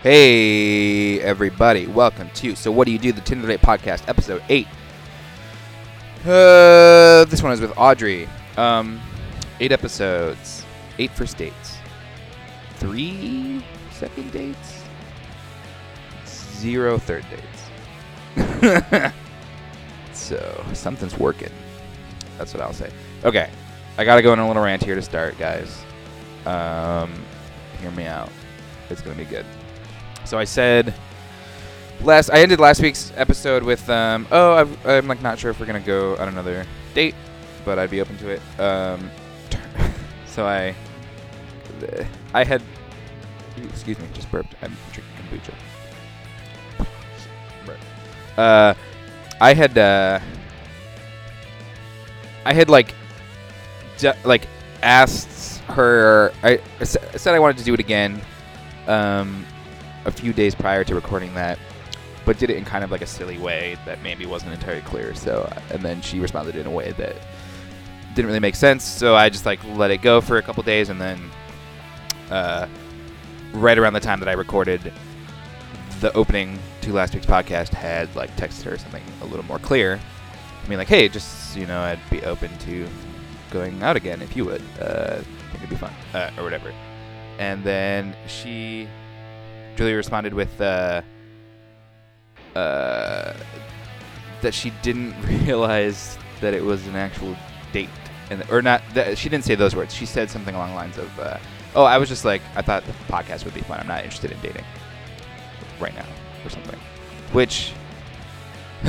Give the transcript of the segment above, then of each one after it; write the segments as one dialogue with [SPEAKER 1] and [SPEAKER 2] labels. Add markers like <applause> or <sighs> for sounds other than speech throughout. [SPEAKER 1] Hey, everybody. Welcome to So What Do You Do? The Tinder Date Podcast, Episode 8. Uh, this one is with Audrey. Um, eight episodes, eight first dates, three second dates, zero third dates. <laughs> so, something's working. That's what I'll say. Okay. I gotta go on a little rant here to start, guys. Um, hear me out. It's gonna be good. So I said last. I ended last week's episode with, um, oh, I've, I'm like not sure if we're gonna go on another date, but I'd be open to it. Um, <laughs> so I, I had, excuse me, just burped. I'm drinking kombucha. Burp. Uh, I had, uh, I had like ju- like asked her. I, I sa- I said I wanted to do it again, um, a few days prior to recording that, but did it in kind of like a silly way that maybe wasn't entirely clear. So, and then she responded in a way that didn't really make sense. So I just like let it go for a couple days, and then uh, right around the time that I recorded the opening to last week's podcast, had like texted her something a little more clear. I mean, like, hey, just you know, I'd be open to going out again if you would. Uh, I think it'd be fun, uh, or whatever. And then she, Julie responded with uh, uh, that she didn't <laughs> realize that it was an actual date, and or not. That, she didn't say those words. She said something along the lines of, uh, "Oh, I was just like, I thought the podcast would be fun. I'm not interested in dating right now, or something," which. <sighs>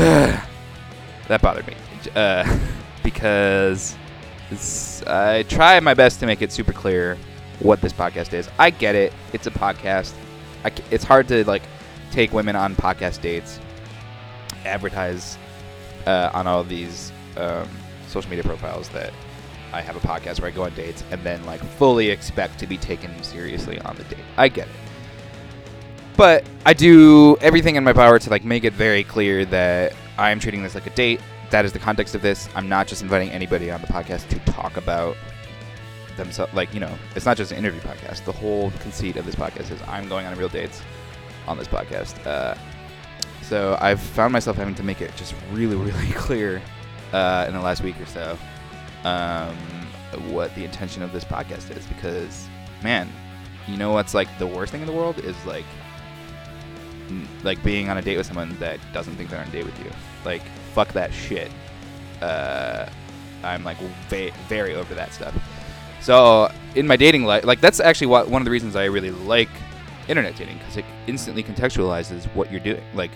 [SPEAKER 1] that bothered me uh, <laughs> because it's- I try my best to make it super clear what this podcast is. I get it; it's a podcast. I c it's hard to like take women on podcast dates, advertise uh, on all these um, social media profiles that I have a podcast where I go on dates, and then like fully expect to be taken seriously on the date. I get it but I do everything in my power to like make it very clear that I'm treating this like a date. That is the context of this. I'm not just inviting anybody on the podcast to talk about themselves. Like you know, it's not just an interview podcast. The whole conceit of this podcast is I'm going on real dates on this podcast. Uh, so I've found myself having to make it just really, <laughs> really clear uh, in the last week or so um, what the intention of this podcast is because, man, you know what's like the worst thing in the world is like n- like being on a date with someone that doesn't think they're on a date with you. Like fuck that shit. Uh, I'm like ve- very over that stuff. So in my dating life, like that's actually what, one of the reasons I really like internet dating because it instantly contextualizes what you're doing. Like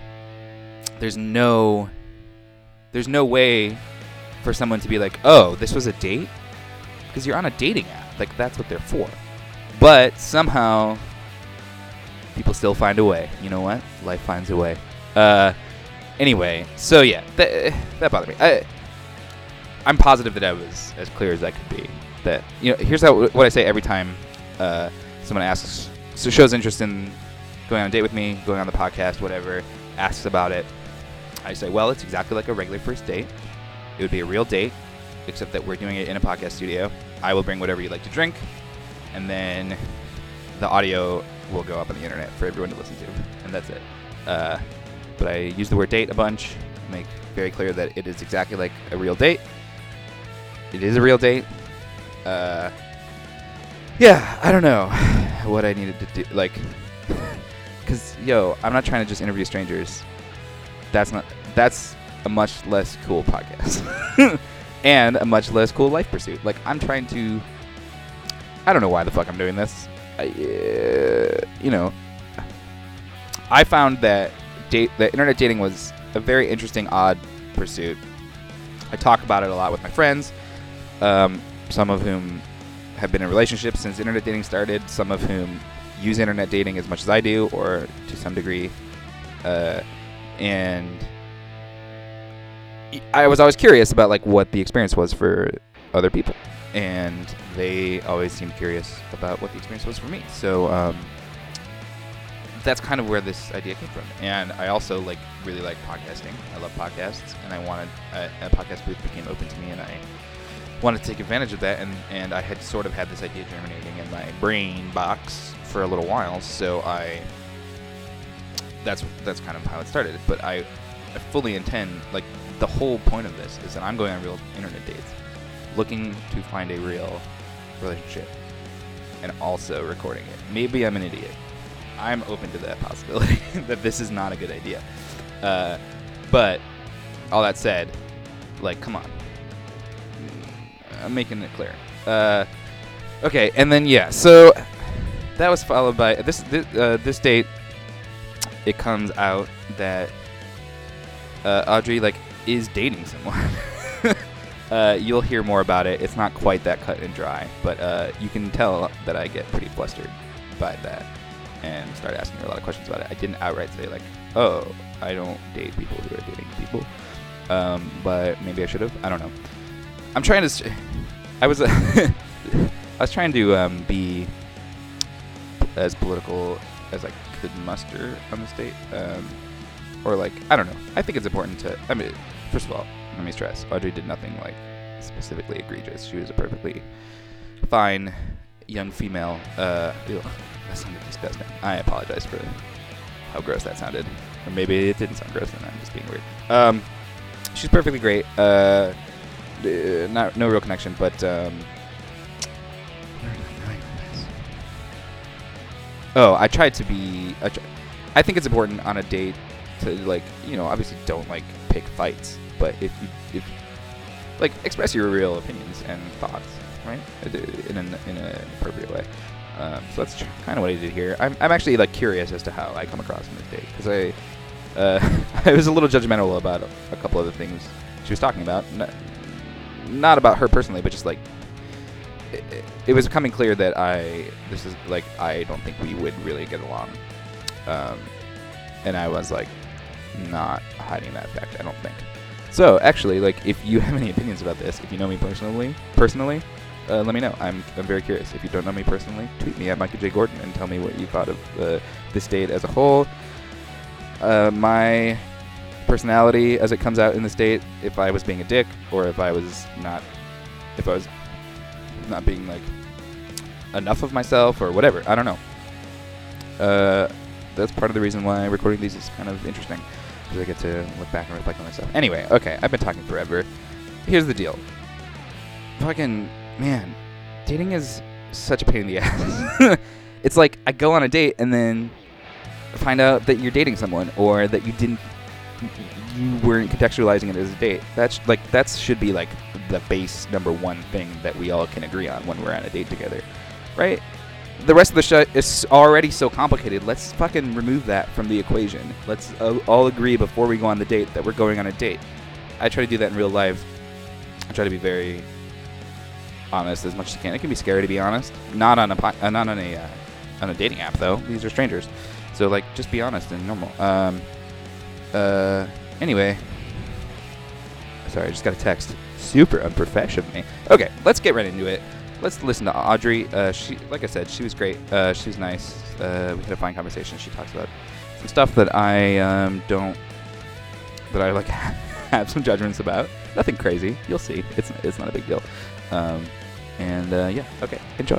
[SPEAKER 1] there's no there's no way for someone to be like, oh, this was a date because you're on a dating app. Like that's what they're for. But somehow people still find a way. You know what? Life finds a way. Uh, anyway, so yeah, that, that bothered me. I, I'm positive that I was as clear as I could be. That you know, here's how what I say every time uh, someone asks, so shows interest in going on a date with me, going on the podcast, whatever, asks about it. I say, well, it's exactly like a regular first date. It would be a real date, except that we're doing it in a podcast studio. I will bring whatever you'd like to drink, and then the audio will go up on the internet for everyone to listen to, and that's it. Uh, but I use the word date a bunch, make very clear that it is exactly like a real date. It is a real date. Uh, yeah, I don't know <sighs> what I needed to do, like, <laughs> because yo, I'm not trying to just interview strangers. That's not. That's a much less cool podcast, <laughs> and a much less cool life pursuit. Like I'm trying to. I don't know why the fuck I'm doing this. I, uh, you know, I found that date that internet dating was a very interesting, odd pursuit. I talk about it a lot with my friends, um, some of whom have been in relationships since internet dating started, some of whom use internet dating as much as I do, or to some degree. Uh, and I was always curious about like what the experience was for other people and they always seemed curious about what the experience was for me. So um, that's kind of where this idea came from. And I also like really like podcasting. I love podcasts, and I wanted a, a podcast booth became open to me, and I wanted to take advantage of that. And and I had sort of had this idea germinating in my brain box for a little while, so I that's that's kind of how it started. But I, I fully intend like the whole point of this is that I'm going on real internet dates, looking to find a real relationship, and also recording it. Maybe I'm an idiot. I'm open to that <laughs> possibility that this is not a good idea. Uh, but all that said, like, come on, I'm making it clear. Uh, okay, and then yeah, so that was followed by this this, uh, this date. It comes out that uh, Audrey like is dating someone. <laughs> uh, you'll hear more about it. It's not quite that cut and dry, but uh, you can tell that I get pretty flustered by that and start asking her a lot of questions about it. I didn't outright say like, "Oh, I don't date people who are dating people," um, but maybe I should have. I don't know. I'm trying to. s- I was. <laughs> I was trying to um, be as political as I could muster on this date, um, or like I don't know. I think it's important to. I mean, first of all, let me stress: Audrey did nothing like specifically egregious. She was a perfectly fine young female. Uh, ew, that sounded disgusting. I apologize for how gross that sounded, or maybe it didn't sound gross, and I'm just being weird. Um, she's perfectly great. Uh, uh, not no real connection, but um, where am I going with this? oh, I tried to be. I, tr- I think it's important on a date to like you know obviously don't like pick fights, but if you if like express your real opinions and thoughts, right, Uh, in an, in an appropriate way. Um, so that's kind of what I did here. I'm, I'm actually like curious as to how I come across in this date because I uh, <laughs> I was a little judgmental about a, a couple of the things she was talking about. N- not about her personally, but just like it, it- it was becoming clear that I this is like I don't think we would really get along, um, and I was like not hiding that fact. I don't think. So actually, like if you <laughs> have any opinions about this, if you know me personally, personally. Uh, let me know. I'm, I'm very curious. If you don't know me personally, tweet me at Michael J. Gordon and tell me what you thought of uh, this date as a whole uh, my personality as it comes out in the state if I was being a dick or if I was not if I was not being like enough of myself or whatever I don't know uh, that's part of the reason why recording these is kind of interesting because I get to look back and reflect on myself anyway okay I've been talking forever here's the deal fucking man dating is such a pain in the <laughs> ass it's like I go on a date and then find out that you're dating someone or that you didn't you weren't contextualizing it as a date that's like that should be like the base number one thing that we all can agree on when we're on a date together right the rest of the show is already so complicated let's fucking remove that from the equation let's uh, all agree before we go on the date that we're going on a date i try to do that in real life i try to be very honest as much as i can it can be scary to be honest not on a po- uh, not on a uh, on a dating app though these are strangers so like, just be honest and normal. Um, uh, anyway, sorry, I just got a text. Super unprofessional of me. Okay, let's get right into it. Let's listen to Audrey. Uh, she, like I said, she was great. Uh, she's nice. Uh, we had a fine conversation. She talks about some stuff that I um, don't, that I like <laughs> have some judgments about. Nothing crazy. You'll see. It's it's not a big deal. Um, and uh, yeah, okay, enjoy.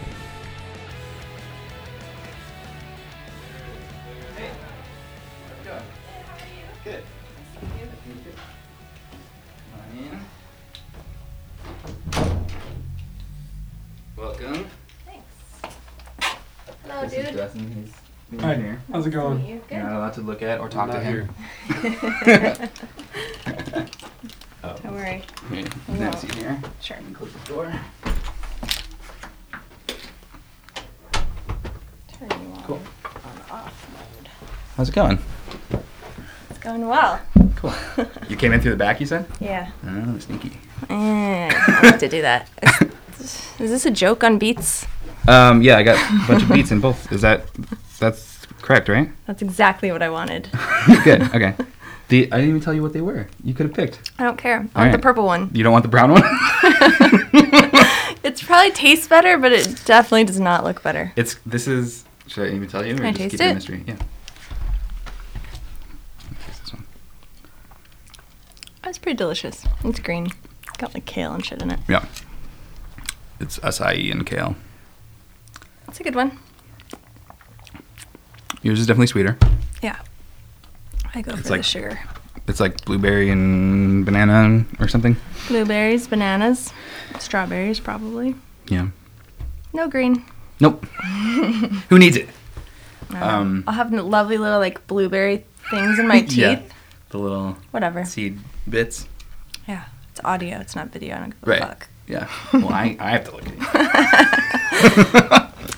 [SPEAKER 1] Good. Welcome.
[SPEAKER 2] Thanks. Hello, Oh, dude.
[SPEAKER 3] Hi, how's it going?
[SPEAKER 2] You're
[SPEAKER 1] You're not
[SPEAKER 2] good.
[SPEAKER 1] allowed to look at or talk to
[SPEAKER 3] Not
[SPEAKER 1] him. <laughs>
[SPEAKER 2] <laughs>
[SPEAKER 1] oh,
[SPEAKER 2] Don't worry.
[SPEAKER 1] yeah.
[SPEAKER 2] Well.
[SPEAKER 1] Nice to see you here.
[SPEAKER 2] Sure.
[SPEAKER 1] Let me close the door.
[SPEAKER 2] Turn you on.
[SPEAKER 1] Cool.
[SPEAKER 2] On off mode.
[SPEAKER 1] How's it going?
[SPEAKER 2] It's going well.
[SPEAKER 1] Cool. you came in through the back, you said?
[SPEAKER 2] Yeah.
[SPEAKER 1] Oh, sneaky.
[SPEAKER 2] Eh, I like to do that. <laughs> Is this a joke on Beats?
[SPEAKER 1] <laughs> Um, yeah, I got a bunch of beats in both. Is that that's correct, <laughs> right?
[SPEAKER 2] That's exactly what I wanted.
[SPEAKER 1] Good. Okay. The I didn't even tell you what they were. You could have picked.
[SPEAKER 2] <laughs> I don't care. I
[SPEAKER 1] All
[SPEAKER 2] want the
[SPEAKER 1] right.
[SPEAKER 2] purple one.
[SPEAKER 1] You don't want the brown one? <laughs>
[SPEAKER 2] It's probably tastes better, but it definitely does not look better.
[SPEAKER 1] It's this is. Should I even tell you? Or
[SPEAKER 2] I
[SPEAKER 1] just
[SPEAKER 2] taste
[SPEAKER 1] keep it? a
[SPEAKER 2] it?
[SPEAKER 1] mystery. Yeah. Taste this one.
[SPEAKER 2] Oh, It's pretty delicious. It's green. Got like kale and shit in it.
[SPEAKER 1] Yeah. It's E acai and kale.
[SPEAKER 2] It's a good one.
[SPEAKER 1] Yours is definitely sweeter.
[SPEAKER 2] Yeah. I go
[SPEAKER 1] It's
[SPEAKER 2] for the
[SPEAKER 1] like-
[SPEAKER 2] sugar.
[SPEAKER 1] It's like blueberry and banana or something.
[SPEAKER 2] Blueberries, bananas, strawberries, probably.
[SPEAKER 1] Yeah.
[SPEAKER 2] No green. <laughs>
[SPEAKER 1] Nope. Who needs it?
[SPEAKER 2] I don't know.
[SPEAKER 1] Um,
[SPEAKER 2] Uh-huh. I'll have n- lovely little like blueberry things in my teeth.
[SPEAKER 1] <laughs> Yeah. The little
[SPEAKER 2] Whatever.
[SPEAKER 1] seed bits.
[SPEAKER 2] Yeah. It's audio. It's not video. I don't give a
[SPEAKER 1] Right.
[SPEAKER 2] fuck. <laughs>
[SPEAKER 1] Yeah. Well, I, I have to look at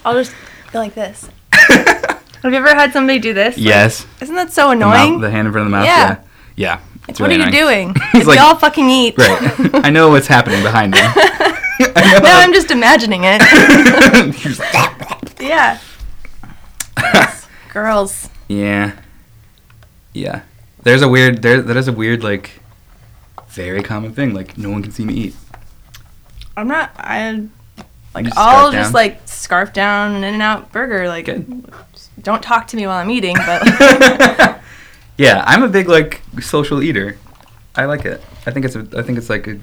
[SPEAKER 2] I'll just go like
[SPEAKER 1] <laughs>
[SPEAKER 2] this. have you ever had somebody do this?
[SPEAKER 1] it. <laughs> yes.
[SPEAKER 2] Isn't that so
[SPEAKER 1] The, mouth-
[SPEAKER 2] annoying?
[SPEAKER 1] the hand in front of the mouth.
[SPEAKER 2] Yeah.
[SPEAKER 1] Yeah. Yeah.
[SPEAKER 2] It's what are you doing?
[SPEAKER 1] <laughs> It's
[SPEAKER 2] if
[SPEAKER 1] like-
[SPEAKER 2] y'all fucking eat.
[SPEAKER 1] Right. <laughs>
[SPEAKER 2] <laughs>
[SPEAKER 1] I know what's happening behind me. I <laughs>
[SPEAKER 2] no, I'm just <laughs> imagining it.
[SPEAKER 1] I'm just. <laughs>
[SPEAKER 2] yeah. Girls.
[SPEAKER 1] Yeah. Yeah. There's a weird there that is a weird like very common thing like no one can see me eat.
[SPEAKER 2] I'm not. I like.
[SPEAKER 1] You just
[SPEAKER 2] I'll
[SPEAKER 1] scarf
[SPEAKER 2] just
[SPEAKER 1] down?
[SPEAKER 2] like scarf down an In-N-Out burger. Like,
[SPEAKER 1] Good.
[SPEAKER 2] don't talk to me while I'm eating. But
[SPEAKER 1] <laughs> yeah, I'm a big like social eater. I like it. I think it's a I think it's like a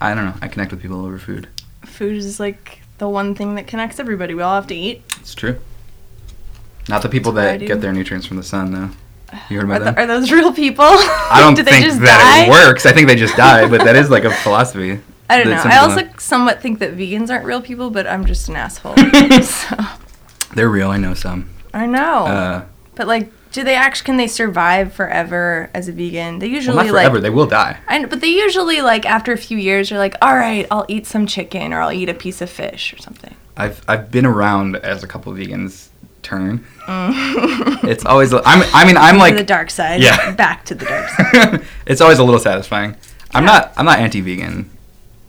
[SPEAKER 1] I don't know. I connect with people over food.
[SPEAKER 2] food is like the one thing that connects everybody. We all have to eat.
[SPEAKER 1] It's true. Not the people
[SPEAKER 2] That's what
[SPEAKER 1] that
[SPEAKER 2] I do.
[SPEAKER 1] get their nutrients from the sun though. You heard
[SPEAKER 2] Are,
[SPEAKER 1] about
[SPEAKER 2] th-
[SPEAKER 1] that?
[SPEAKER 2] are those real
[SPEAKER 1] <laughs>
[SPEAKER 2] people?
[SPEAKER 1] I don't
[SPEAKER 2] Did
[SPEAKER 1] think
[SPEAKER 2] they just
[SPEAKER 1] that
[SPEAKER 2] die?
[SPEAKER 1] it works. I think they just die, but that is
[SPEAKER 2] <laughs>
[SPEAKER 1] like a philosophy.
[SPEAKER 2] I don't
[SPEAKER 1] that
[SPEAKER 2] know.
[SPEAKER 1] some
[SPEAKER 2] I
[SPEAKER 1] people
[SPEAKER 2] also
[SPEAKER 1] have.
[SPEAKER 2] somewhat think that vegans aren't real people, but I'm just an asshole.
[SPEAKER 1] <laughs>
[SPEAKER 2] so,
[SPEAKER 1] They're real. I know some.
[SPEAKER 2] I know.
[SPEAKER 1] Uh,
[SPEAKER 2] but like, do they actually can they survive forever as a vegan? They
[SPEAKER 1] well,
[SPEAKER 2] usually
[SPEAKER 1] not
[SPEAKER 2] like
[SPEAKER 1] forever. they will die.
[SPEAKER 2] I know, but they usually like after a few years are like, all right, I'll eat some chicken or I'll eat a piece of fish
[SPEAKER 1] <laughs>
[SPEAKER 2] or something.
[SPEAKER 1] I've I've been around as a couple vegans turn.
[SPEAKER 2] <laughs>
[SPEAKER 1] it's always I'm I mean I'm
[SPEAKER 2] to the
[SPEAKER 1] like
[SPEAKER 2] dark side.
[SPEAKER 1] Yeah.
[SPEAKER 2] Back to the dark side.
[SPEAKER 1] <laughs> it's always a little satisfying. I'm not I'm not anti-vegan.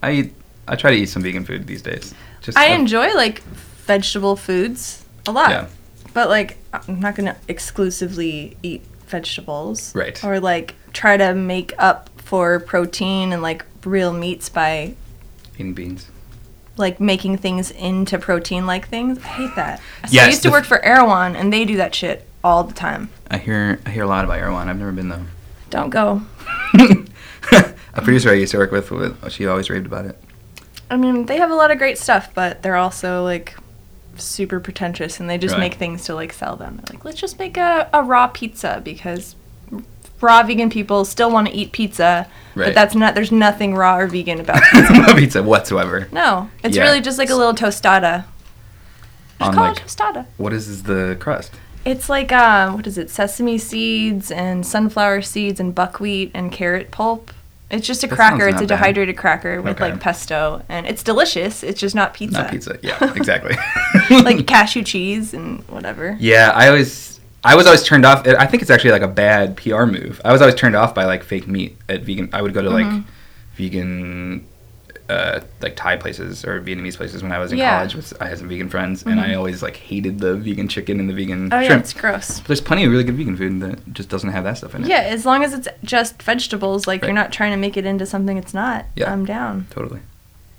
[SPEAKER 1] I eat I try to eat some vegan food these days. Just
[SPEAKER 2] I
[SPEAKER 1] I've-
[SPEAKER 2] enjoy like vegetable foods a lot,
[SPEAKER 1] Yeah.
[SPEAKER 2] but like I'm not gonna exclusively eat vegetables,
[SPEAKER 1] Right.
[SPEAKER 2] Or like try to make up for protein and like real meats by
[SPEAKER 1] eating beans.
[SPEAKER 2] like making things into protein like things. I hate that. So I
[SPEAKER 1] Yes,
[SPEAKER 2] used to
[SPEAKER 1] the-
[SPEAKER 2] work for Erewhon and they do that shit all the time.
[SPEAKER 1] I hear I hear a lot about Erewhon. I've never been though. <laughs>
[SPEAKER 2] Don't go.
[SPEAKER 1] a producer I used to work with, with she always raved about it. <laughs>
[SPEAKER 2] I mean, they have a lot of great stuff, but they're also like super pretentious and they just
[SPEAKER 1] Right.
[SPEAKER 2] make things to like sell them. They're like, let's just make a, a raw pizza because raw vegan people still want to eat pizza, but
[SPEAKER 1] Right.
[SPEAKER 2] that's not, there's nothing raw or vegan about <laughs> it.
[SPEAKER 1] No pizza whatsoever.
[SPEAKER 2] No, it's
[SPEAKER 1] Yeah.
[SPEAKER 2] really just like a little tostada. Just
[SPEAKER 1] On
[SPEAKER 2] call it
[SPEAKER 1] like
[SPEAKER 2] tostada.
[SPEAKER 1] what is this- the crust?
[SPEAKER 2] It's like, uh, what is it, sesame seeds and sunflower seeds and buckwheat and carrot pulp. It's just a
[SPEAKER 1] That sounds
[SPEAKER 2] cracker. It's
[SPEAKER 1] not
[SPEAKER 2] a
[SPEAKER 1] bad.
[SPEAKER 2] dehydrated cracker with
[SPEAKER 1] Okay.
[SPEAKER 2] like pesto, and it's delicious. It's just not pizza.
[SPEAKER 1] Not pizza.
[SPEAKER 2] <laughs>
[SPEAKER 1] Yeah, exactly.
[SPEAKER 2] like <laughs> cashew cheese and whatever.
[SPEAKER 1] Yeah, I always I was always turned off. I think it's actually like a bad PR move. I was always turned off by like fake meat at vegan. I would go to like
[SPEAKER 2] Mm-hmm.
[SPEAKER 1] vegan uh, like Thai places or Vietnamese places when I was in
[SPEAKER 2] Yeah. Mm-hmm.
[SPEAKER 1] college. With, I had some vegan friends, and I always like hated the vegan chicken and the vegan
[SPEAKER 2] Oh yeah,
[SPEAKER 1] shrimp.
[SPEAKER 2] it's gross.
[SPEAKER 1] But there's plenty of really good vegan food that just doesn't have that stuff in it.
[SPEAKER 2] Yeah, as long as it's just vegetables, like you're
[SPEAKER 1] Right.
[SPEAKER 2] not trying to make it into something it's not.
[SPEAKER 1] Yeah.
[SPEAKER 2] I'm down.
[SPEAKER 1] totally.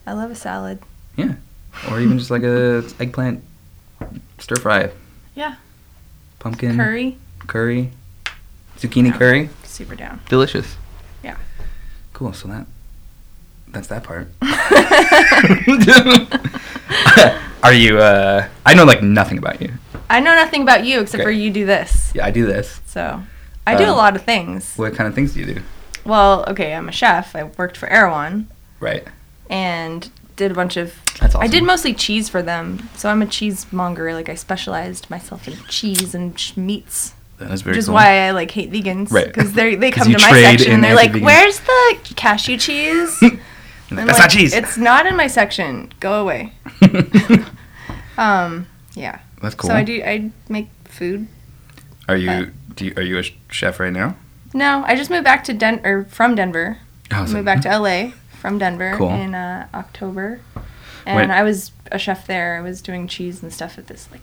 [SPEAKER 2] I love a salad.
[SPEAKER 1] Yeah, or even just like a eggplant stir fry.
[SPEAKER 2] Yeah.
[SPEAKER 1] Pumpkin
[SPEAKER 2] Curry,
[SPEAKER 1] curry, zucchini curry.
[SPEAKER 2] super
[SPEAKER 1] <laughs>
[SPEAKER 2] down. <laughs>
[SPEAKER 1] Delicious.
[SPEAKER 2] Yeah.
[SPEAKER 1] Cool. So that that's that part.
[SPEAKER 2] <laughs>
[SPEAKER 1] <laughs> Are you? uh I know like nothing about you.
[SPEAKER 2] I know nothing about you except for
[SPEAKER 1] Great.
[SPEAKER 2] you do this.
[SPEAKER 1] Yeah, I do this.
[SPEAKER 2] So, I do a
[SPEAKER 1] Um,
[SPEAKER 2] lot of things.
[SPEAKER 1] What kind of things do you do?
[SPEAKER 2] Well, okay, I'm a chef. I worked for Erewhon
[SPEAKER 1] Right.
[SPEAKER 2] and did a bunch of
[SPEAKER 1] That's awesome.
[SPEAKER 2] I did mostly cheese for them. So I'm a cheesemonger. Like I specialized myself in cheese and sh- meats.
[SPEAKER 1] That is very
[SPEAKER 2] which is why I like hate vegans,
[SPEAKER 1] Right.
[SPEAKER 2] Because they
[SPEAKER 1] <laughs>
[SPEAKER 2] they
[SPEAKER 1] 'Cause
[SPEAKER 2] come
[SPEAKER 1] you
[SPEAKER 2] to my
[SPEAKER 1] trade
[SPEAKER 2] section
[SPEAKER 1] in
[SPEAKER 2] and they're like,
[SPEAKER 1] anti-vegan.
[SPEAKER 2] "Where's the
[SPEAKER 1] <laughs>
[SPEAKER 2] cashew cheese?" And I'm
[SPEAKER 1] That's
[SPEAKER 2] like,
[SPEAKER 1] not cheese.
[SPEAKER 2] It's not in my section. Go away. Um, yeah.
[SPEAKER 1] <laughs> that's cool.
[SPEAKER 2] So I do. I make food.
[SPEAKER 1] Are you? Do you, are you a sh- chef right now?
[SPEAKER 2] No, I just moved back to Den or from Denver.
[SPEAKER 1] Oh,
[SPEAKER 2] moved back to LA from Denver
[SPEAKER 1] Cool.
[SPEAKER 2] in uh, October, and
[SPEAKER 1] When-
[SPEAKER 2] I was a chef there. I was doing cheese and stuff at this like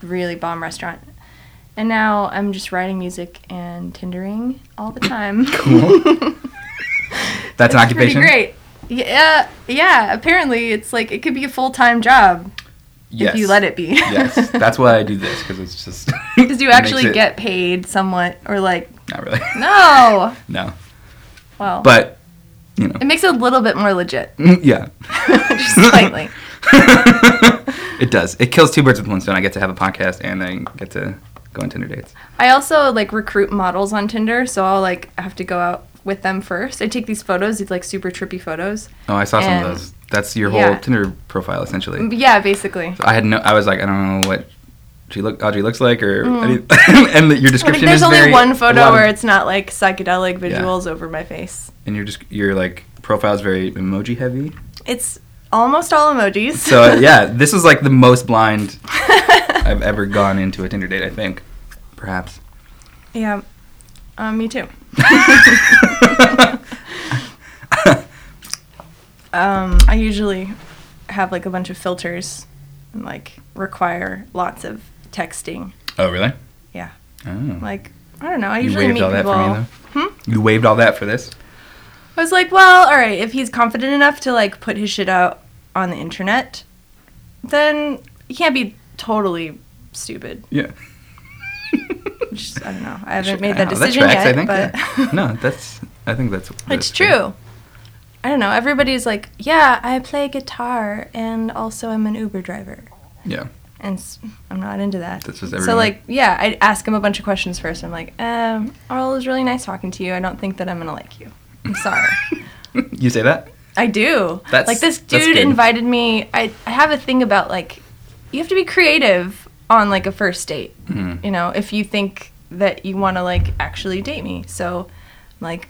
[SPEAKER 2] really bomb restaurant, and now I'm just writing music and Tindering all the time.
[SPEAKER 1] <laughs>
[SPEAKER 2] <laughs>
[SPEAKER 1] Cool. That's an
[SPEAKER 2] It's pretty
[SPEAKER 1] occupation.
[SPEAKER 2] great. Yeah, yeah. Apparently, it's like it could be a full time job
[SPEAKER 1] Yes.
[SPEAKER 2] if you let it
[SPEAKER 1] <laughs>
[SPEAKER 2] be. <laughs>
[SPEAKER 1] yes. That's why I do this because it's just.
[SPEAKER 2] Because you
[SPEAKER 1] <laughs> it makes
[SPEAKER 2] actually
[SPEAKER 1] it-
[SPEAKER 2] get paid somewhat, or like
[SPEAKER 1] Not really.
[SPEAKER 2] no.
[SPEAKER 1] <laughs> No.
[SPEAKER 2] Well,
[SPEAKER 1] But you know.
[SPEAKER 2] it makes it a little bit more legit, <laughs>
[SPEAKER 1] <laughs> yeah.
[SPEAKER 2] just
[SPEAKER 1] <laughs>
[SPEAKER 2] slightly.
[SPEAKER 1] it does. It kills two birds with one stone. I get to have a podcast and I get to go on Tinder dates.
[SPEAKER 2] I also like recruit models on Tinder, so I'll like have to go out with them first. I take these photos, these like super trippy photos.
[SPEAKER 1] Oh, I saw some
[SPEAKER 2] And-
[SPEAKER 1] of those. That's your whole
[SPEAKER 2] yeah.
[SPEAKER 1] Tinder profile essentially.
[SPEAKER 2] Yeah, basically.
[SPEAKER 1] I had no. I was like, I don't know what she look Audrey looks like or any, <laughs> and your
[SPEAKER 2] I think
[SPEAKER 1] description.
[SPEAKER 2] Mm. there's
[SPEAKER 1] is
[SPEAKER 2] only
[SPEAKER 1] very-
[SPEAKER 2] one
[SPEAKER 1] a lot
[SPEAKER 2] photo
[SPEAKER 1] of-
[SPEAKER 2] where it's not like psychedelic
[SPEAKER 1] Yeah.
[SPEAKER 2] visuals over my face.
[SPEAKER 1] and your just your like profile's very emoji heavy.
[SPEAKER 2] It's almost all emojis.
[SPEAKER 1] So uh,
[SPEAKER 2] <laughs>
[SPEAKER 1] yeah, this was like the most blind I've ever gone into a Tinder date. I think,
[SPEAKER 2] <laughs>
[SPEAKER 1] perhaps.
[SPEAKER 2] Yeah. Um, me too. Um, I usually have like a bunch of filters and like require lots of texting.
[SPEAKER 1] oh really?
[SPEAKER 2] Yeah.
[SPEAKER 1] Oh.
[SPEAKER 2] Like I don't know. I
[SPEAKER 1] you
[SPEAKER 2] usually
[SPEAKER 1] waived
[SPEAKER 2] meet
[SPEAKER 1] all that
[SPEAKER 2] people.
[SPEAKER 1] for me though.
[SPEAKER 2] Hmm?
[SPEAKER 1] You waived all that for this.
[SPEAKER 2] I was like, well, all right, if he's confident enough to like put his shit out on the internet, then he can't be totally stupid.
[SPEAKER 1] Yeah.
[SPEAKER 2] Just, I don't know. I
[SPEAKER 1] Sure.
[SPEAKER 2] haven't made that
[SPEAKER 1] Wow,
[SPEAKER 2] decision
[SPEAKER 1] tracks,
[SPEAKER 2] yet,
[SPEAKER 1] I think.
[SPEAKER 2] but
[SPEAKER 1] yeah. <laughs> no, that's. I think that's. that's
[SPEAKER 2] <laughs> it's true. I don't know. Everybody's like, yeah, I play guitar and also I'm an Uber driver.
[SPEAKER 1] Yeah.
[SPEAKER 2] And s- I'm not into that.
[SPEAKER 1] This was
[SPEAKER 2] so
[SPEAKER 1] everyone.
[SPEAKER 2] like, yeah, I ask him a bunch of questions first. I'm like, um, Arl, it was really nice talking to you. I don't think that I'm gonna like you. I'm sorry.
[SPEAKER 1] you say that?
[SPEAKER 2] I do.
[SPEAKER 1] That's-
[SPEAKER 2] like this
[SPEAKER 1] that's
[SPEAKER 2] dude
[SPEAKER 1] good.
[SPEAKER 2] invited me. I, I have a thing about like, you have to be creative on like a first date.
[SPEAKER 1] Hmm.
[SPEAKER 2] You know, if you think that you want to like actually date me, so I'm like,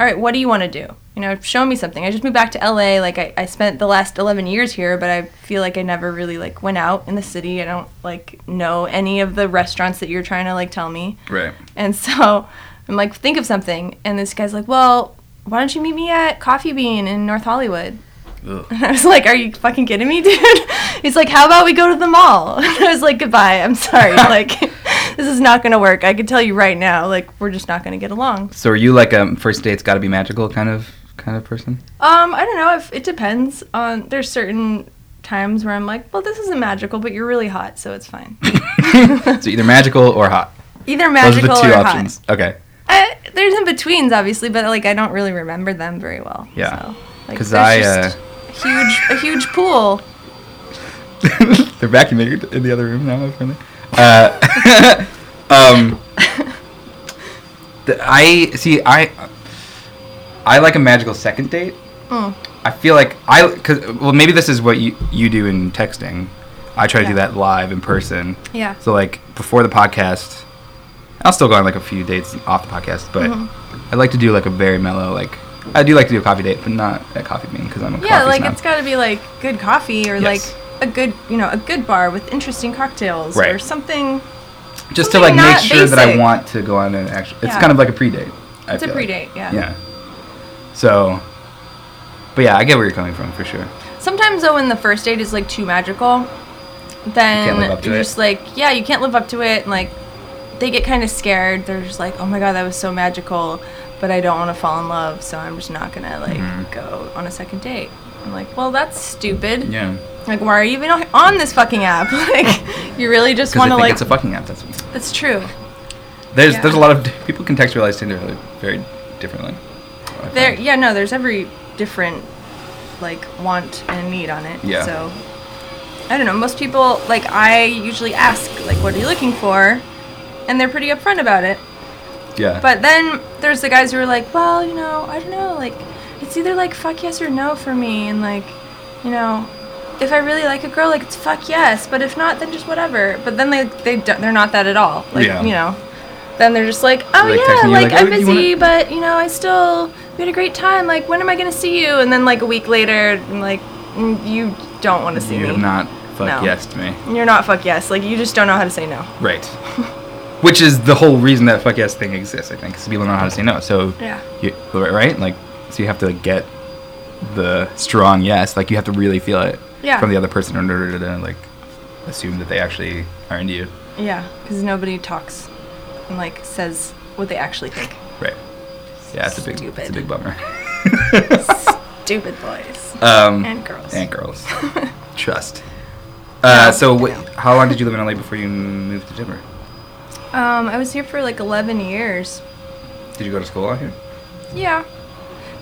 [SPEAKER 2] all right, what do you want to do? You know, show me something. I just moved back to LA. Like I, I spent the last 11 years here, but I feel like I never really like went out in the city. I don't like know any of the restaurants that you're trying to like tell me.
[SPEAKER 1] Right.
[SPEAKER 2] And so I'm like, think of something. And this guy's like, well, why don't you meet me at Coffee Bean in North Hollywood?
[SPEAKER 1] Ugh.
[SPEAKER 2] And <laughs> I was like, are you fucking kidding me, <laughs> dude? He's like, how about we go to the mall? <laughs> And I was like, goodbye.
[SPEAKER 1] <laughs>
[SPEAKER 2] I'm sorry. like, <laughs> this is not going to work. I can tell you right now, like, we're just not going to get along.
[SPEAKER 1] So are you like a first date's got to be magical kind of kind of
[SPEAKER 2] <laughs>
[SPEAKER 1] person?
[SPEAKER 2] Um, I don't know. If it depends on, there's certain times where I'm like, well, this isn't magical, but you're really hot, so it's
[SPEAKER 1] <laughs>
[SPEAKER 2] fine.
[SPEAKER 1] so either magical or hot.
[SPEAKER 2] Either magical
[SPEAKER 1] Those are the two
[SPEAKER 2] or hot.
[SPEAKER 1] options. Okay. <laughs>
[SPEAKER 2] I, there's in betweens, obviously, but like I don't really remember them very well.
[SPEAKER 1] Yeah.
[SPEAKER 2] So, like,
[SPEAKER 1] 'Cause
[SPEAKER 2] there's
[SPEAKER 1] I, uh,
[SPEAKER 2] just huge a huge pool.
[SPEAKER 1] They're vacuuming in the other room now. Apparently. Uh, <laughs>
[SPEAKER 2] <laughs>
[SPEAKER 1] um, the, I see. I I like a magical second date.
[SPEAKER 2] Mm.
[SPEAKER 1] I feel like I cause, well maybe this is what you you do in texting. I try to do
[SPEAKER 2] Yeah.
[SPEAKER 1] that live in person.
[SPEAKER 2] Yeah.
[SPEAKER 1] So like before the podcast, I'll still go on like a few dates off the podcast, but
[SPEAKER 2] Mm-hmm.
[SPEAKER 1] I like to do like a very mellow like I do like to do a coffee date, but not at coffee bean because I'm a
[SPEAKER 2] Yeah,
[SPEAKER 1] coffee
[SPEAKER 2] like
[SPEAKER 1] snob.
[SPEAKER 2] it's got to be like good coffee or
[SPEAKER 1] Yes.
[SPEAKER 2] like a good you know a good bar with interesting cocktails
[SPEAKER 1] Right.
[SPEAKER 2] or something.
[SPEAKER 1] just to like make
[SPEAKER 2] something not
[SPEAKER 1] sure that I
[SPEAKER 2] basic.
[SPEAKER 1] want to go on an actual. It's
[SPEAKER 2] Yeah.
[SPEAKER 1] kind of like a pre-date. I
[SPEAKER 2] It's a
[SPEAKER 1] feel like.
[SPEAKER 2] pre-date, yeah.
[SPEAKER 1] Yeah. So, but yeah, I get where you're coming from for
[SPEAKER 2] <laughs>
[SPEAKER 1] sure.
[SPEAKER 2] Sometimes though, when the first date is like too magical,
[SPEAKER 1] You can't
[SPEAKER 2] then
[SPEAKER 1] live up to
[SPEAKER 2] you're
[SPEAKER 1] it.
[SPEAKER 2] just like, yeah, you can't live up to it, and like they get kind of scared. They're just like, oh my god, that was so magical, but I don't want to fall in love, so I'm just not gonna like
[SPEAKER 1] Mhm.
[SPEAKER 2] go on a second date. I'm like, well, that's stupid.
[SPEAKER 1] Yeah.
[SPEAKER 2] Like, why are you even on- on this fucking app? <laughs> like, you really just
[SPEAKER 1] Because I
[SPEAKER 2] want to
[SPEAKER 1] think
[SPEAKER 2] like.
[SPEAKER 1] it's a fucking app. That's what
[SPEAKER 2] that's true.
[SPEAKER 1] there's
[SPEAKER 2] Yeah.
[SPEAKER 1] there's a lot of people contextualize Tinder really very differently. I
[SPEAKER 2] There,
[SPEAKER 1] find.
[SPEAKER 2] yeah, no, there's every different like want and need on it.
[SPEAKER 1] Yeah.
[SPEAKER 2] So I don't know. Most people like I usually ask like, what are you looking for, and they're pretty upfront about it.
[SPEAKER 1] Yeah.
[SPEAKER 2] But then there's the guys who are like, well, you know, I don't know, like it's either like fuck yes or no for me, and like, you know. If I really like a girl, like it's fuck yes, but if not, then just whatever. But then they they don't, they're not that at all. Like
[SPEAKER 1] Yeah.
[SPEAKER 2] you know, then they're just like, oh
[SPEAKER 1] Like texting
[SPEAKER 2] yeah,
[SPEAKER 1] you,
[SPEAKER 2] like,
[SPEAKER 1] like,
[SPEAKER 2] I'm
[SPEAKER 1] "Oh, you wanna-"
[SPEAKER 2] busy, but you know, I still we had a great time. Like, when am I gonna see you? And then like a week later, I'm like, "Mm, you don't want to see
[SPEAKER 1] you
[SPEAKER 2] me.
[SPEAKER 1] have not fuck
[SPEAKER 2] No.
[SPEAKER 1] yes to me.
[SPEAKER 2] You're not fuck yes. Like you just don't know how to say no.
[SPEAKER 1] Right. <laughs> Which is the whole reason that fuck yes thing exists, I think, because people don't know how to say no. So
[SPEAKER 2] Yeah.
[SPEAKER 1] you, right, like, so you have to like, get the strong yes, like you have to really feel it
[SPEAKER 2] Yeah.
[SPEAKER 1] from the other person in order to like assume that they actually are into you.
[SPEAKER 2] Yeah, because nobody talks and like says what they actually think.
[SPEAKER 1] Right. Yeah, it's a big, it's a
[SPEAKER 2] Stupid.
[SPEAKER 1] big
[SPEAKER 2] <laughs>
[SPEAKER 1] bummer. <laughs>
[SPEAKER 2] Stupid boys
[SPEAKER 1] um,
[SPEAKER 2] and girls.
[SPEAKER 1] and girls. Trust. Uh,
[SPEAKER 2] No,
[SPEAKER 1] so, wh-
[SPEAKER 2] no.
[SPEAKER 1] how long did you live in LA before you moved to Denver?
[SPEAKER 2] <laughs> um, I was here for like 11 years.
[SPEAKER 1] Did you go to school out here?
[SPEAKER 2] Yeah.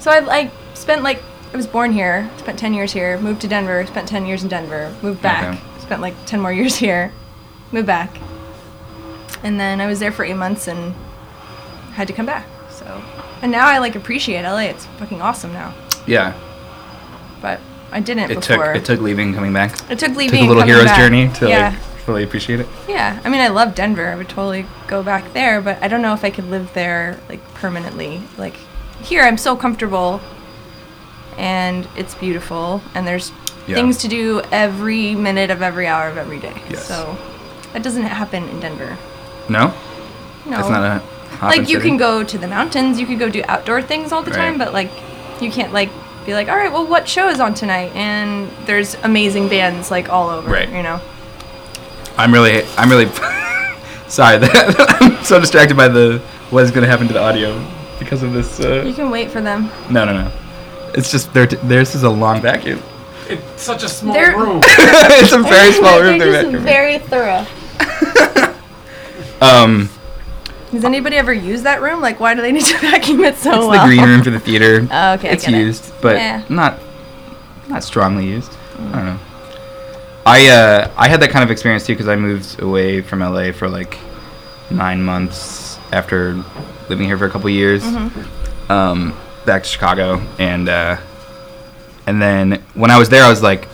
[SPEAKER 2] So I, I spent like I was born here, spent ten years here, moved to Denver, spent ten years <laughs> in Denver, moved back,
[SPEAKER 1] Okay.
[SPEAKER 2] spent like ten more years here, moved back. and then I was there for eight months and had to come back. So, and now I like appreciate LA. It's fucking awesome now,
[SPEAKER 1] Yeah.
[SPEAKER 2] but I didn't
[SPEAKER 1] It took
[SPEAKER 2] before.
[SPEAKER 1] it took leaving and coming back.
[SPEAKER 2] It took
[SPEAKER 1] Took
[SPEAKER 2] leaving.
[SPEAKER 1] a little
[SPEAKER 2] coming
[SPEAKER 1] hero's
[SPEAKER 2] back.
[SPEAKER 1] journey to
[SPEAKER 2] yeah,
[SPEAKER 1] like really appreciate it.
[SPEAKER 2] yeah. I mean, I love Denver. I would totally go back there, but I don't know if I could live there like permanently. Like here, I'm so comfortable, and it's beautiful, and there's
[SPEAKER 1] Yeah.
[SPEAKER 2] things to do every minute of every hour of every day.
[SPEAKER 1] Yes.
[SPEAKER 2] So that doesn't happen in Denver.
[SPEAKER 1] No,
[SPEAKER 2] No,
[SPEAKER 1] it's not a hopping
[SPEAKER 2] like you
[SPEAKER 1] city.
[SPEAKER 2] can go to the mountains you could go do outdoor things all the
[SPEAKER 1] Right.
[SPEAKER 2] time but like you can't like be like all right well what show is on tonight and there's amazing bands like all over
[SPEAKER 1] Right.
[SPEAKER 2] you know
[SPEAKER 1] I'm really I'm really <laughs> sorry that <laughs> I'm so distracted by the what is going to happen to the audio because of this.
[SPEAKER 2] you <laughs>
[SPEAKER 1] Uh,
[SPEAKER 2] can wait for them
[SPEAKER 1] no, no, no. It's just there. T- theirs is a long
[SPEAKER 2] <laughs>
[SPEAKER 1] vacuum. <laughs>
[SPEAKER 3] It's such a small
[SPEAKER 2] They're-
[SPEAKER 3] room.
[SPEAKER 1] it's a <laughs>
[SPEAKER 2] <laughs>
[SPEAKER 1] very small room. They're vacuuming.
[SPEAKER 2] very thorough
[SPEAKER 1] um,
[SPEAKER 2] does anybody ever use that room like why do they need to <laughs> vacuum it so
[SPEAKER 1] it's
[SPEAKER 2] well
[SPEAKER 1] the green room for the theater.
[SPEAKER 2] Oh, okay, I
[SPEAKER 1] it's
[SPEAKER 2] get it.
[SPEAKER 1] used, but
[SPEAKER 2] Yeah. Mm.
[SPEAKER 1] not not strongly used. I don't know. I uh, I had that kind of experience too because I moved away from LA for like nine months after living here for a couple years,
[SPEAKER 2] Mm-hmm.
[SPEAKER 1] um, back to Chicago, and uh, and then when I was there, I was like,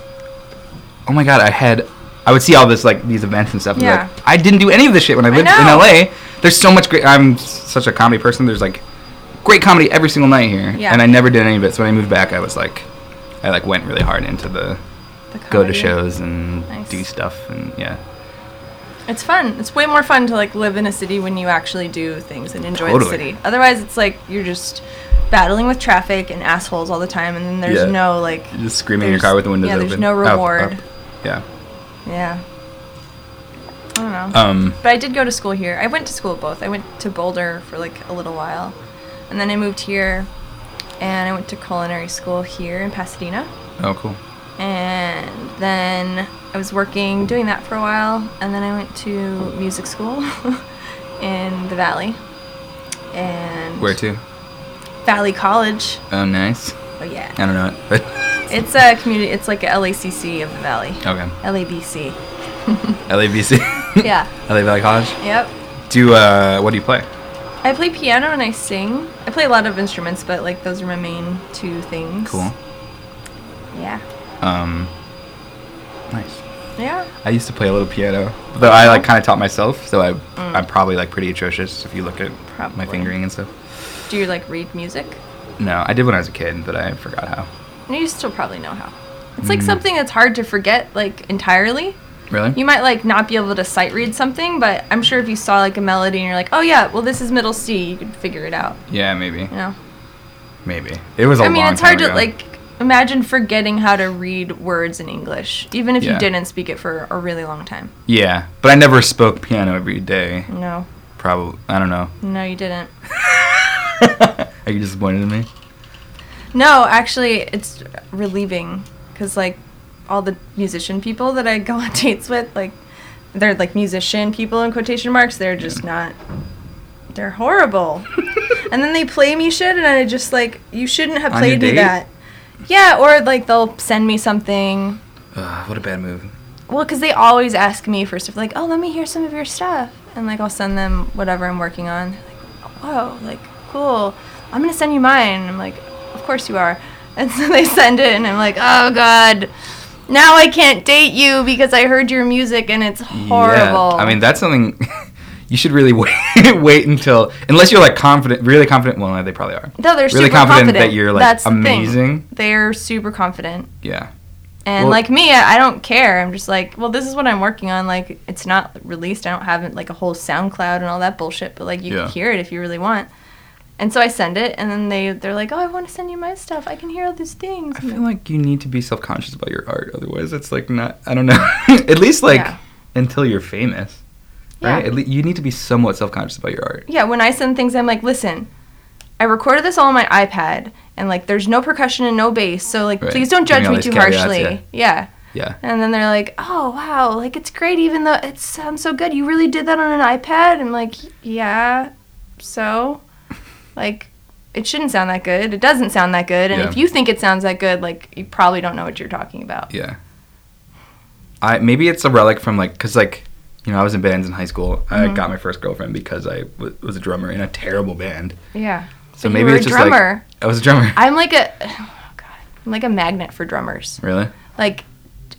[SPEAKER 1] oh my god, I had. I would see all this like these events and stuff. And be
[SPEAKER 2] Yeah.
[SPEAKER 1] like, I didn't do any of this shit when I
[SPEAKER 2] I
[SPEAKER 1] lived in
[SPEAKER 2] know.
[SPEAKER 1] LA. There's so much great. I'm such a comedy person. There's like great comedy every single night here,
[SPEAKER 2] Yeah.
[SPEAKER 1] and I never did any of it. So when I moved back, I was like, I like went really hard into the
[SPEAKER 2] <laughs>
[SPEAKER 1] go
[SPEAKER 2] The
[SPEAKER 1] to
[SPEAKER 2] comedy.
[SPEAKER 1] shows and
[SPEAKER 2] Nice.
[SPEAKER 1] do stuff and yeah,
[SPEAKER 2] it's fun it's way more fun to like live in a city when you actually do things and enjoy
[SPEAKER 1] Totally.
[SPEAKER 2] the city otherwise it's like you're just battling with traffic and assholes all the time and then there's
[SPEAKER 1] Yeah.
[SPEAKER 2] no like
[SPEAKER 1] You're just screaming in your
[SPEAKER 2] There's-
[SPEAKER 1] car with the windows
[SPEAKER 2] yeah,
[SPEAKER 1] open.
[SPEAKER 2] there's no
[SPEAKER 1] Up, up.
[SPEAKER 2] reward.
[SPEAKER 1] Yeah.
[SPEAKER 2] yeah i don't know
[SPEAKER 1] Um.
[SPEAKER 2] But I did go to school here. I went to school at both. I went to Boulder for like a little while, and then I moved here, and I went to culinary school here in Pasadena,
[SPEAKER 1] Oh, cool.
[SPEAKER 2] and then I was working doing that for a while, and then I went to music school <laughs> in the Valley, and
[SPEAKER 1] Where to?
[SPEAKER 2] Valley College.
[SPEAKER 1] Oh, nice.
[SPEAKER 2] Oh yeah,
[SPEAKER 1] I don't know it, but <laughs>
[SPEAKER 2] it's a community. It's like a LACC of the Valley.
[SPEAKER 1] okay.
[SPEAKER 2] LABC.
[SPEAKER 1] <laughs> LABC.
[SPEAKER 2] Yeah.
[SPEAKER 1] LA Valley College.
[SPEAKER 2] Yep.
[SPEAKER 1] Do uh, what do you play?
[SPEAKER 2] I play piano and I sing. I play a lot of instruments, but like those are my main two things.
[SPEAKER 1] Cool.
[SPEAKER 2] Yeah.
[SPEAKER 1] Um. Nice.
[SPEAKER 2] Yeah.
[SPEAKER 1] I used to play a little piano, though I
[SPEAKER 2] Oh.
[SPEAKER 1] like kind of taught myself, so I I'm probably like pretty atrocious if you look at my
[SPEAKER 2] Mm. Probably.
[SPEAKER 1] fingering and stuff.
[SPEAKER 2] Do you like read music?
[SPEAKER 1] No, I did when I was a kid, but I forgot how.
[SPEAKER 2] No, You still probably know how. It's
[SPEAKER 1] Mm.
[SPEAKER 2] like something that's hard to forget like entirely.
[SPEAKER 1] Really?
[SPEAKER 2] You might like not be able to sight read something, but I'm sure if you saw like a melody and you're like, "Oh yeah, well this is middle C," you could figure it out,
[SPEAKER 1] yeah, maybe,
[SPEAKER 2] you know.
[SPEAKER 1] maybe. It was a
[SPEAKER 2] I mean,
[SPEAKER 1] long
[SPEAKER 2] it's hard
[SPEAKER 1] time
[SPEAKER 2] to
[SPEAKER 1] ago.
[SPEAKER 2] like imagine forgetting how to read words in English, even if
[SPEAKER 1] Yeah.
[SPEAKER 2] you didn't speak it for a really long time.
[SPEAKER 1] Yeah, but I never spoke piano every day.
[SPEAKER 2] No.
[SPEAKER 1] Probably, I don't know. <laughs>
[SPEAKER 2] No, you didn't.
[SPEAKER 1] Are you disappointed in me?
[SPEAKER 2] No, actually, it's relieving because like all the musician people that I go <laughs> on dates with, like they're like musician people in quotation marks. They're just not.
[SPEAKER 1] <laughs>
[SPEAKER 2] They're horrible. and then they play me shit, and I just like you shouldn't have
[SPEAKER 1] On your
[SPEAKER 2] played me
[SPEAKER 1] date?
[SPEAKER 2] that. Yeah, or like they'll send me something.
[SPEAKER 1] Ugh, what a bad move.
[SPEAKER 2] Well, because they always ask me for stuff like, "Oh, let me hear some of your stuff," and like I'll send them whatever I'm working on. They're like, "Whoa, like cool. I'm gonna send you mine." I'm like, "Of course you are," <laughs> and so they send it, and I'm like, "Oh God, now I can't date you because I heard your music and it's horrible."
[SPEAKER 1] I mean, that's something <laughs> you should really wait, <laughs> wait until unless you're like confident, really confident. Well, they probably are.
[SPEAKER 2] no, they're
[SPEAKER 1] really
[SPEAKER 2] super
[SPEAKER 1] confident
[SPEAKER 2] confident,
[SPEAKER 1] that you're, like,
[SPEAKER 2] That's the thing.
[SPEAKER 1] amazing.
[SPEAKER 2] They're super confident.
[SPEAKER 1] Yeah.
[SPEAKER 2] And
[SPEAKER 1] Well-
[SPEAKER 2] like me, I I don't care. I'm just like, well, this is what I'm working on. Like, it's not released. I don't have it, like a whole SoundCloud and all that bullshit. But like, you
[SPEAKER 1] Yeah.
[SPEAKER 2] can hear it if you really want. And so I send it, and then they they're like, oh, I want to send you my stuff. I can hear all these things.
[SPEAKER 1] I
[SPEAKER 2] I'm
[SPEAKER 1] feel like you need to be self conscious about your art. Otherwise, it's like not. I don't know. <laughs> At least like
[SPEAKER 2] Yeah.
[SPEAKER 1] until you're famous, right?
[SPEAKER 2] Yeah.
[SPEAKER 1] At le- you need to be somewhat self conscious about your art.
[SPEAKER 2] yeah, when I send things, I'm like, listen, I recorded this all on my iPad, and like, there's no percussion and no bass, so like,
[SPEAKER 1] Right.
[SPEAKER 2] please don't
[SPEAKER 1] Give me
[SPEAKER 2] judge
[SPEAKER 1] all
[SPEAKER 2] me
[SPEAKER 1] these
[SPEAKER 2] too
[SPEAKER 1] caveats,
[SPEAKER 2] harshly.
[SPEAKER 1] yeah.
[SPEAKER 2] yeah.
[SPEAKER 1] Yeah.
[SPEAKER 2] And then they're like, "Oh wow, like it's great, even though it sounds so good. You really did that on an iPad." I'm like, "Yeah, so, like, it shouldn't sound that good. It doesn't sound that good. And
[SPEAKER 1] Yeah.
[SPEAKER 2] if you think it sounds that good, like, you probably don't know what you're talking about."
[SPEAKER 1] Yeah. I maybe it's a relic from like because like you know, I was in bands in high school. I
[SPEAKER 2] Mm-hmm.
[SPEAKER 1] got my first girlfriend because I w- was a drummer in a terrible band.
[SPEAKER 2] Yeah.
[SPEAKER 1] So
[SPEAKER 2] But you
[SPEAKER 1] maybe
[SPEAKER 2] were
[SPEAKER 1] it's
[SPEAKER 2] a
[SPEAKER 1] just
[SPEAKER 2] drummer.
[SPEAKER 1] like I was a drummer.
[SPEAKER 2] I'm like a, <sighs> oh God, I'm like a magnet for drummers.
[SPEAKER 1] <laughs> really?
[SPEAKER 2] Like,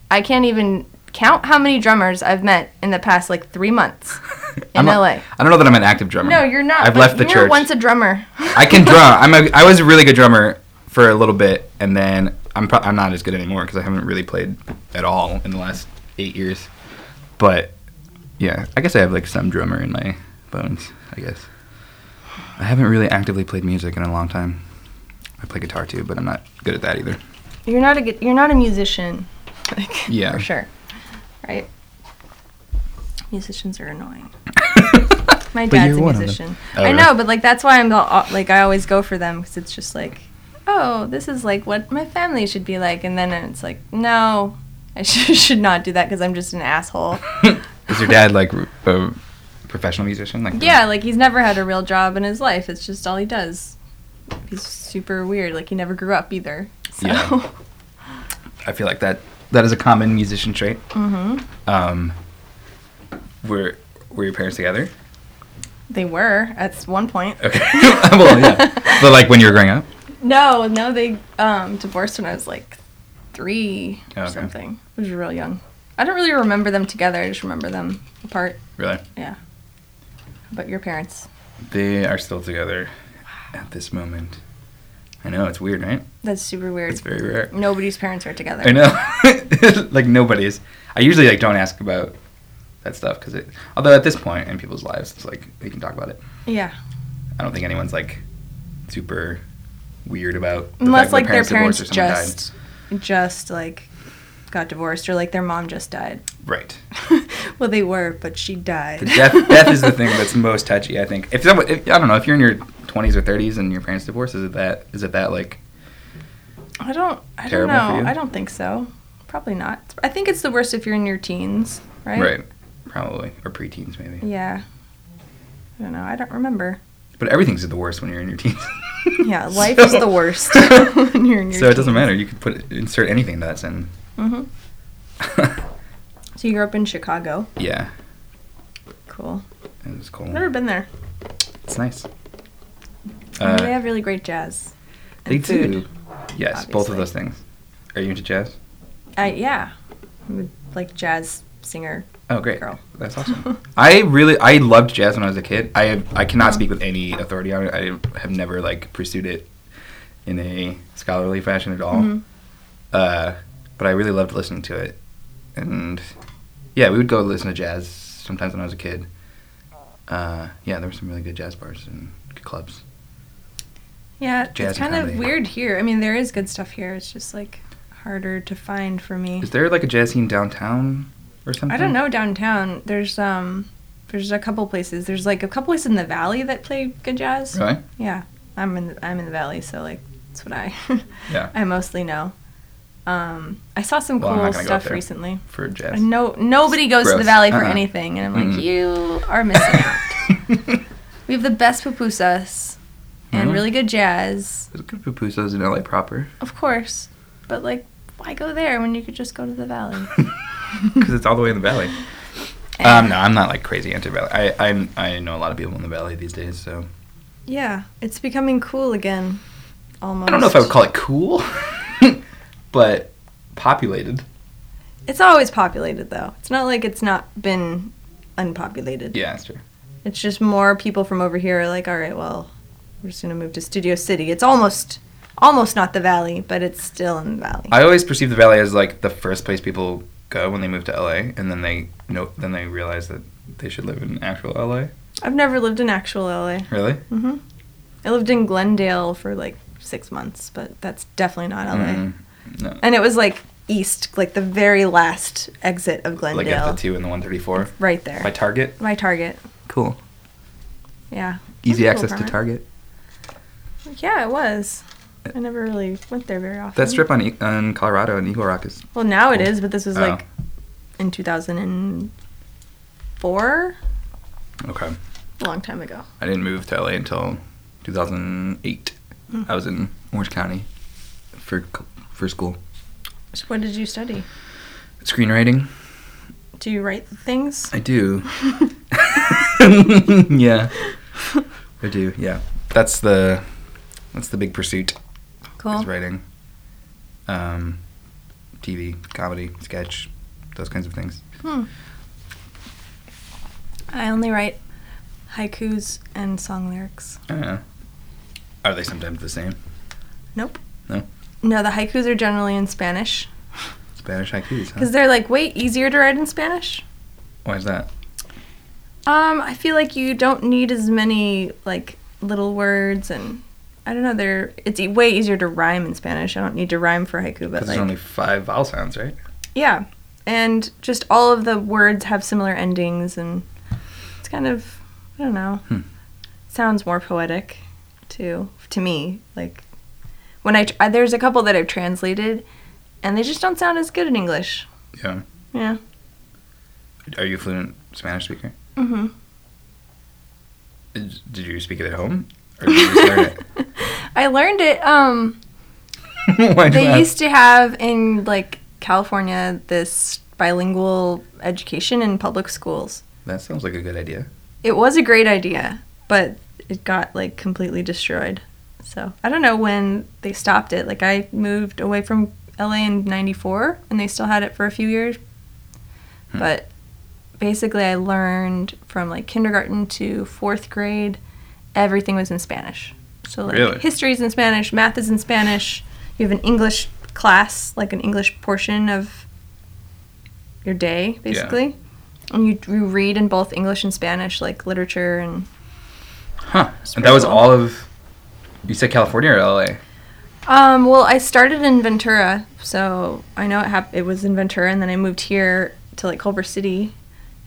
[SPEAKER 2] I can't even count how many drummers I've met in the past like
[SPEAKER 1] <laughs>
[SPEAKER 2] three months.
[SPEAKER 1] I'm not-
[SPEAKER 2] LA.
[SPEAKER 1] I don't know that I'm an active drummer.
[SPEAKER 2] No, you're not.
[SPEAKER 1] I've
[SPEAKER 2] but
[SPEAKER 1] left the
[SPEAKER 2] you were
[SPEAKER 1] church.
[SPEAKER 2] once a drummer.
[SPEAKER 1] I can drum. I'm a, I was a really good drummer for a little bit, and then I'm pro- I'm not as good anymore because I haven't really played at all in the last eight years. But yeah, I guess I have like some drummer in my bones. I guess I haven't really actively played music in a long time. I play guitar too, but I'm not good at that either.
[SPEAKER 2] <laughs>
[SPEAKER 1] <laughs>
[SPEAKER 2] You're not a good- you're not a musician. <laughs> Like,
[SPEAKER 1] Yeah.
[SPEAKER 2] For sure. Right. Musicians
[SPEAKER 1] <laughs>
[SPEAKER 2] are annoying. My
[SPEAKER 1] But
[SPEAKER 2] dad's
[SPEAKER 1] you're
[SPEAKER 2] a
[SPEAKER 1] one of them.
[SPEAKER 2] musician.
[SPEAKER 1] Oh,
[SPEAKER 2] I
[SPEAKER 1] really?
[SPEAKER 2] know, but like that's why I'm the, like I always go for them because it's just like, oh, this is like what my family should be like, and then it's like, no, I <laughs> should, should not do that because I'm just an asshole.
[SPEAKER 1] Is your dad like r- a professional musician? Like
[SPEAKER 2] yeah, like he's never had a real job in his life. It's just all he does. He's super weird. Like he never grew up either. So.
[SPEAKER 1] Yeah. I feel like that that is a common musician trait.
[SPEAKER 2] hmm
[SPEAKER 1] Um, were were your parents together?
[SPEAKER 2] <laughs> They were at one point.
[SPEAKER 1] Okay. <laughs> well,
[SPEAKER 2] <laughs>
[SPEAKER 1] yeah. But like when you were growing up.
[SPEAKER 2] No, no, they um, divorced when I was like three or
[SPEAKER 1] Oh, Okay.
[SPEAKER 2] something. I was real young. I don't really remember them together. I just remember them apart.
[SPEAKER 1] Really?
[SPEAKER 2] Yeah. But your parents.
[SPEAKER 1] They are still together at this moment. I know it's weird, right?
[SPEAKER 2] That's super weird.
[SPEAKER 1] It's very rare.
[SPEAKER 2] Nobody's parents are together.
[SPEAKER 1] I know. <laughs> like nobody's. I usually like don't ask about that stuff because it. Although at this point in people's lives, it's like they can talk about it.
[SPEAKER 2] Yeah.
[SPEAKER 1] I don't think anyone's like super weird about the fact
[SPEAKER 2] Unless
[SPEAKER 1] that
[SPEAKER 2] like their parents,
[SPEAKER 1] divorced or someone
[SPEAKER 2] just just like got divorced or like their mom just died.
[SPEAKER 1] died. Right.
[SPEAKER 2] well, they were, but she died.
[SPEAKER 1] The death death is
[SPEAKER 2] <laughs>
[SPEAKER 1] the thing that's most touchy. I think if someone, if, I don't know, if you're in your 20s or 30s and your parents divorce, is it that is it that like
[SPEAKER 2] I don't. I don't
[SPEAKER 1] terrible for
[SPEAKER 2] know.
[SPEAKER 1] you?
[SPEAKER 2] I don't think so. Probably not. I think it's the worst if you're in your teens, right?
[SPEAKER 1] right? Probably or preteens maybe.
[SPEAKER 2] Yeah. I don't know. I don't remember.
[SPEAKER 1] But everything's the worst when you're in your teens.
[SPEAKER 2] <laughs>
[SPEAKER 1] <laughs>
[SPEAKER 2] Yeah, life
[SPEAKER 1] So-
[SPEAKER 2] is
[SPEAKER 1] <laughs>
[SPEAKER 2] the worst <laughs> when you're in your
[SPEAKER 1] so it doesn't matter. You could put insert anything into that sentence.
[SPEAKER 2] hmm So you grew up in Chicago.
[SPEAKER 1] <laughs> yeah,
[SPEAKER 2] Cool.
[SPEAKER 1] it was cool.
[SPEAKER 2] Never been there.
[SPEAKER 1] It's nice.
[SPEAKER 2] I mean, they
[SPEAKER 1] Uh,
[SPEAKER 2] have really great jazz.
[SPEAKER 1] they
[SPEAKER 2] and food,
[SPEAKER 1] do. Yes, both
[SPEAKER 2] obviously.
[SPEAKER 1] of those things. Are you into jazz?
[SPEAKER 2] I, yeah. I'm a, like jazz singer.
[SPEAKER 1] Oh, great.
[SPEAKER 2] Girl.
[SPEAKER 1] That's
[SPEAKER 2] <laughs>
[SPEAKER 1] awesome. I really I loved jazz when I was a kid. I have, I cannot speak with any authority on it. I have never like pursued it in a scholarly fashion at all.
[SPEAKER 2] Mhm.
[SPEAKER 1] Uh, but I really loved listening to it. And yeah, we would go listen to jazz sometimes when I was a kid. Uh, yeah, there were some really good jazz bars and good clubs.
[SPEAKER 2] Yeah,
[SPEAKER 1] Jazz
[SPEAKER 2] it's kind of
[SPEAKER 1] comedy.
[SPEAKER 2] weird here. I mean, there is good stuff here. It's just like harder to find for me.
[SPEAKER 1] Is there like a jazz scene downtown or something?
[SPEAKER 2] I don't know downtown. There's um, there's a couple places. There's like a couple places in the valley that play good jazz.
[SPEAKER 1] Really?
[SPEAKER 2] Yeah, I'm in the, I'm in the valley, so like that's what I <laughs>
[SPEAKER 1] Yeah.
[SPEAKER 2] I mostly know. Um, I saw some
[SPEAKER 1] Well, I'm not
[SPEAKER 2] cool
[SPEAKER 1] gonna go up
[SPEAKER 2] stuff
[SPEAKER 1] there.
[SPEAKER 2] recently.
[SPEAKER 1] For jazz.
[SPEAKER 2] And No, nobody goes to the
[SPEAKER 1] Gross.
[SPEAKER 2] valley for
[SPEAKER 1] Uh-uh.
[SPEAKER 2] anything, and I'm like,
[SPEAKER 1] Mm-mm.
[SPEAKER 2] you are missing out.
[SPEAKER 1] <laughs>
[SPEAKER 2] We have the best pupusas and
[SPEAKER 1] Really?
[SPEAKER 2] really good jazz,
[SPEAKER 1] There's good pupusas in LA proper. <laughs>
[SPEAKER 2] of course, but like, why go there when you could just go to the valley?
[SPEAKER 1] Because it's all the way in the
[SPEAKER 2] <laughs>
[SPEAKER 1] valley. Um, no, I'm not like crazy anti Valley. I I'm, I know a lot of people in the Valley these days, so
[SPEAKER 2] Yeah, it's becoming cool again, almost.
[SPEAKER 1] I don't know if I would call it cool, <laughs> but populated.
[SPEAKER 2] It's always populated though. It's not like it's not been unpopulated.
[SPEAKER 1] Yeah, that's true.
[SPEAKER 2] It's just more people from over here are like, all right, well, we're just gonna move to Studio City. It's almost, almost not the Valley, but it's still in the Valley.
[SPEAKER 1] I always perceive the Valley as like the first place people go when they move to LA, and then they know, then they realize that they should live in actual LA.
[SPEAKER 2] I've never lived in actual LA.
[SPEAKER 1] Really?
[SPEAKER 2] hmm I lived in Glendale for like six months, but that's definitely not LA.
[SPEAKER 1] Mm, no.
[SPEAKER 2] And it was like east, like the very last exit of
[SPEAKER 1] Like
[SPEAKER 2] Glendale,
[SPEAKER 1] at the two and the one thirty four.
[SPEAKER 2] right there.
[SPEAKER 1] My
[SPEAKER 2] My,
[SPEAKER 1] Target.
[SPEAKER 2] Target.
[SPEAKER 1] Cool.
[SPEAKER 2] Yeah.
[SPEAKER 1] Easy
[SPEAKER 2] That's a
[SPEAKER 1] access
[SPEAKER 2] cool
[SPEAKER 1] to
[SPEAKER 2] apartment.
[SPEAKER 1] Target.
[SPEAKER 2] Yeah, it was. I never really went there very often.
[SPEAKER 1] Uh, That strip on E- on Colorado and Eagle Rock is
[SPEAKER 2] Well, now it is, but this was
[SPEAKER 1] Oh.
[SPEAKER 2] like in 2004,
[SPEAKER 1] oh, okay.
[SPEAKER 2] a long time ago.
[SPEAKER 1] I didn't move to LA until 2008.
[SPEAKER 2] Hmm.
[SPEAKER 1] I was in Orange County for co- for school
[SPEAKER 2] So what did you study?
[SPEAKER 1] screenwriting,
[SPEAKER 2] Do you write things?
[SPEAKER 1] I <laughs> do. <laughs> yeah. I do. Yeah. That's the that's the big pursuit
[SPEAKER 2] Cool.
[SPEAKER 1] is writing. Um TV, comedy, sketch, those kinds of things.
[SPEAKER 2] Hmm. I only write haikus and song lyrics.
[SPEAKER 1] Uh, are they sometimes the same?
[SPEAKER 2] Nope.
[SPEAKER 1] No.
[SPEAKER 2] No, the haikus are generally in Spanish
[SPEAKER 1] Spanish haikus, huh?
[SPEAKER 2] because they're like way easier to write in Spanish.
[SPEAKER 1] Why is that?
[SPEAKER 2] Um, I feel like you don't need as many like little words and I don't know. They're it's e- way easier to rhyme in Spanish. I don't need to rhyme for haiku,
[SPEAKER 1] Because
[SPEAKER 2] but like
[SPEAKER 1] there's only five vowel sounds, right?
[SPEAKER 2] yeah, and just all of the words have similar endings, and it's kind of I don't know.
[SPEAKER 1] Hmm.
[SPEAKER 2] Sounds more poetic, to to me. Like when I, tr- I there's a couple that I've translated, and they just don't sound as good in English.
[SPEAKER 1] Yeah.
[SPEAKER 2] Yeah.
[SPEAKER 1] Are you a fluent Spanish speaker?
[SPEAKER 2] Mm-hmm.
[SPEAKER 1] Did did you speak it at <laughs> home? Or did you just learn it?
[SPEAKER 2] <laughs> I learned it. Um.
[SPEAKER 1] <laughs> Why do you
[SPEAKER 2] they
[SPEAKER 1] ask?
[SPEAKER 2] used to have in like California this bilingual education in public schools.
[SPEAKER 1] That sounds like a good idea.
[SPEAKER 2] It was a great idea, but it got like completely destroyed. So I don't know when they stopped it. Like I moved away from LA in '94, and they still had it for a few years.
[SPEAKER 1] Hmm.
[SPEAKER 2] But basically, I learned from like kindergarten to fourth grade, everything was in Spanish. So like
[SPEAKER 1] Really?
[SPEAKER 2] history is in Spanish, math is in Spanish. You have an English class, like an English portion of your day, basically. And you, you read in both English and Spanish, like literature and
[SPEAKER 1] Huh. And
[SPEAKER 2] pretty
[SPEAKER 1] that was
[SPEAKER 2] cool.
[SPEAKER 1] all of. You said California or LA?
[SPEAKER 2] Um, well, I started in Ventura, so I know it hap- it was in Ventura, and then I moved here to like Culver City,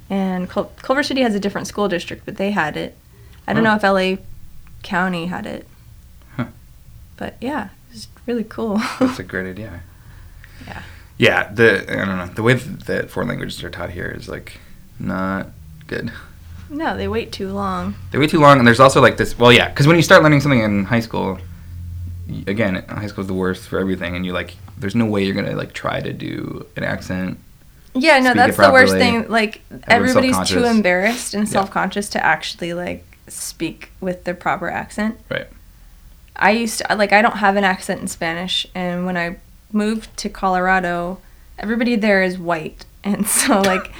[SPEAKER 2] and Cul- Culver City has a different school district, but they had it. I don't
[SPEAKER 1] Hmm.
[SPEAKER 2] know if LA County had it,
[SPEAKER 1] Huh.
[SPEAKER 2] but yeah, it's really cool.
[SPEAKER 1] That's a great idea.
[SPEAKER 2] Yeah.
[SPEAKER 1] Yeah. The I don't know the way that foreign languages are taught here is like not good.
[SPEAKER 2] <laughs> no, they wait too long.
[SPEAKER 1] They wait too long, and there's also like this. Well, yeah, because when you start learning something in high school, y- again, high school's the worst for everything, and you like, there's no way you're gonna like try to do an accent.
[SPEAKER 2] Yeah, no,
[SPEAKER 1] Speak it
[SPEAKER 2] that's the worst
[SPEAKER 1] properly.
[SPEAKER 2] thing. Like everybody's too
[SPEAKER 1] self-conscious.
[SPEAKER 2] embarrassed and
[SPEAKER 1] Yeah.
[SPEAKER 2] self-conscious to actually like speak with their proper accent.
[SPEAKER 1] Right.
[SPEAKER 2] I used to like I don't have an accent in Spanish, and when I moved to Colorado, everybody there is white, and so like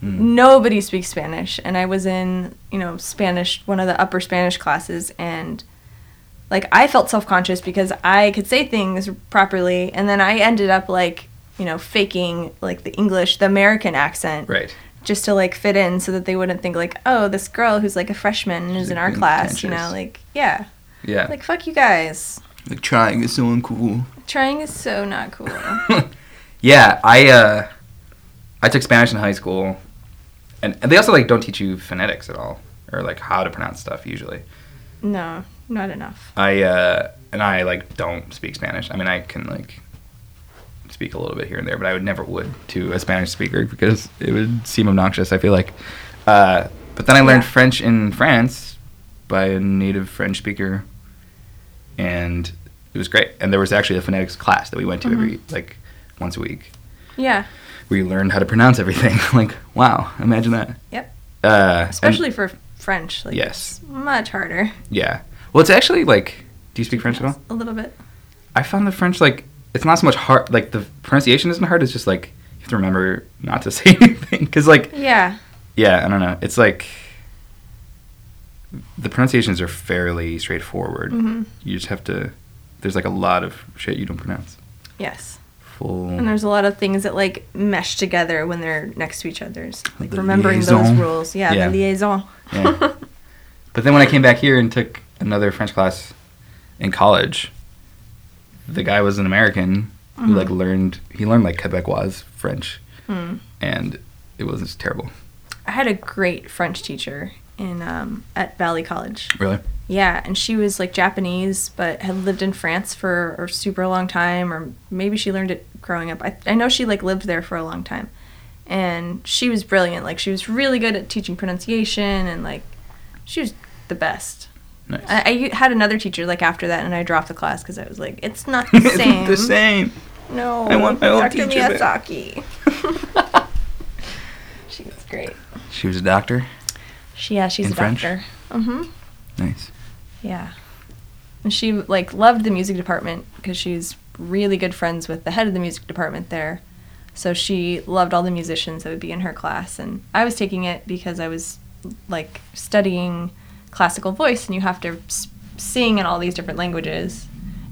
[SPEAKER 1] Hmm.
[SPEAKER 2] nobody speaks Spanish. And I was in you know Spanish, one of the upper Spanish classes, and like I felt self conscious because I could say things properly, and then I ended up like you know faking like the English, the American accent,
[SPEAKER 1] Right.
[SPEAKER 2] just to like fit in, so that they wouldn't think like oh this girl who's like a freshman and is
[SPEAKER 1] She's,
[SPEAKER 2] in
[SPEAKER 1] like,
[SPEAKER 2] our
[SPEAKER 1] being
[SPEAKER 2] class, you know
[SPEAKER 1] pretentious.
[SPEAKER 2] like yeah
[SPEAKER 1] Yeah.
[SPEAKER 2] like fuck you guys.
[SPEAKER 1] like trying is so uncool.
[SPEAKER 2] Trying is so
[SPEAKER 1] <laughs>
[SPEAKER 2] not cool.
[SPEAKER 1] yeah, I uh, I took Spanish in high school, and, and they also like don't teach you phonetics at all, or like how to pronounce stuff usually.
[SPEAKER 2] no, not enough.
[SPEAKER 1] I uh, and I like don't speak Spanish. I mean, I can like speak a little bit here and there, but I would never would to a Spanish speaker because it would seem obnoxious. I feel like. Uh, but then I learned
[SPEAKER 2] Yeah.
[SPEAKER 1] French in France by a native French speaker, and it was great. And there was actually a phonetics class that we went to every
[SPEAKER 2] Mm-hmm.
[SPEAKER 1] like once a week
[SPEAKER 2] Yeah,
[SPEAKER 1] where you learned how to pronounce everything. <laughs> like, wow, imagine that.
[SPEAKER 2] Yep.
[SPEAKER 1] Uh,
[SPEAKER 2] especially for French. Like,
[SPEAKER 1] Yes.
[SPEAKER 2] it's much harder.
[SPEAKER 1] and- yeah. Well, it's actually like, do you speak French at all?
[SPEAKER 2] A little bit.
[SPEAKER 1] I found the French like it's not so much hard. Like the pronunciation isn't hard. It's just like you have to remember not to <laughs> say anything. Cause like
[SPEAKER 2] Yeah.
[SPEAKER 1] yeah, I don't know. It's like the pronunciations are fairly straightforward.
[SPEAKER 2] hmm
[SPEAKER 1] You just have to. There's like a lot of shit you don't pronounce.
[SPEAKER 2] Yes.
[SPEAKER 1] Full.
[SPEAKER 2] And there's a lot of things that like mesh together when they're next to each other's. Like
[SPEAKER 1] The
[SPEAKER 2] remembering
[SPEAKER 1] liaison.
[SPEAKER 2] those rules. Yeah,
[SPEAKER 1] Yeah.
[SPEAKER 2] The liaison.
[SPEAKER 1] Yeah. But then when I came back here and took another French class in college, the guy was an American who
[SPEAKER 2] Mm-hmm.
[SPEAKER 1] like learned he learned like Quebecois French,
[SPEAKER 2] <laughs> Hmm.
[SPEAKER 1] and it wasn't just terrible.
[SPEAKER 2] I had a great French teacher in um, at Valley College.
[SPEAKER 1] Really?
[SPEAKER 2] Yeah, and she was like Japanese, but had lived in France for a super long time, or maybe she learned it growing up. I, I know she like lived there for a long time, and she was brilliant. Like she was really good at teaching pronunciation, and like she was the best.
[SPEAKER 1] Nice.
[SPEAKER 2] I, I u- had another teacher like after that, and I dropped the class because I was like,
[SPEAKER 1] <laughs>
[SPEAKER 2] it's not
[SPEAKER 1] <laughs>
[SPEAKER 2] the
[SPEAKER 1] It's
[SPEAKER 2] same.
[SPEAKER 1] the same.
[SPEAKER 2] No,
[SPEAKER 1] I want my old
[SPEAKER 2] Dr.
[SPEAKER 1] <laughs>
[SPEAKER 2] <laughs>
[SPEAKER 1] teacher back.
[SPEAKER 2] Miyazaki. great.
[SPEAKER 1] <laughs> She was a doctor.
[SPEAKER 2] She yeah, she's
[SPEAKER 1] In
[SPEAKER 2] a
[SPEAKER 1] French?
[SPEAKER 2] doctor. Mm-hmm.
[SPEAKER 1] Nice.
[SPEAKER 2] Yeah. And she like loved the music department because she's really good friends with the head of the music department there. So she loved all the musicians that would be in her class and I was taking it because I was like studying classical voice and you have to s- sing in all these different languages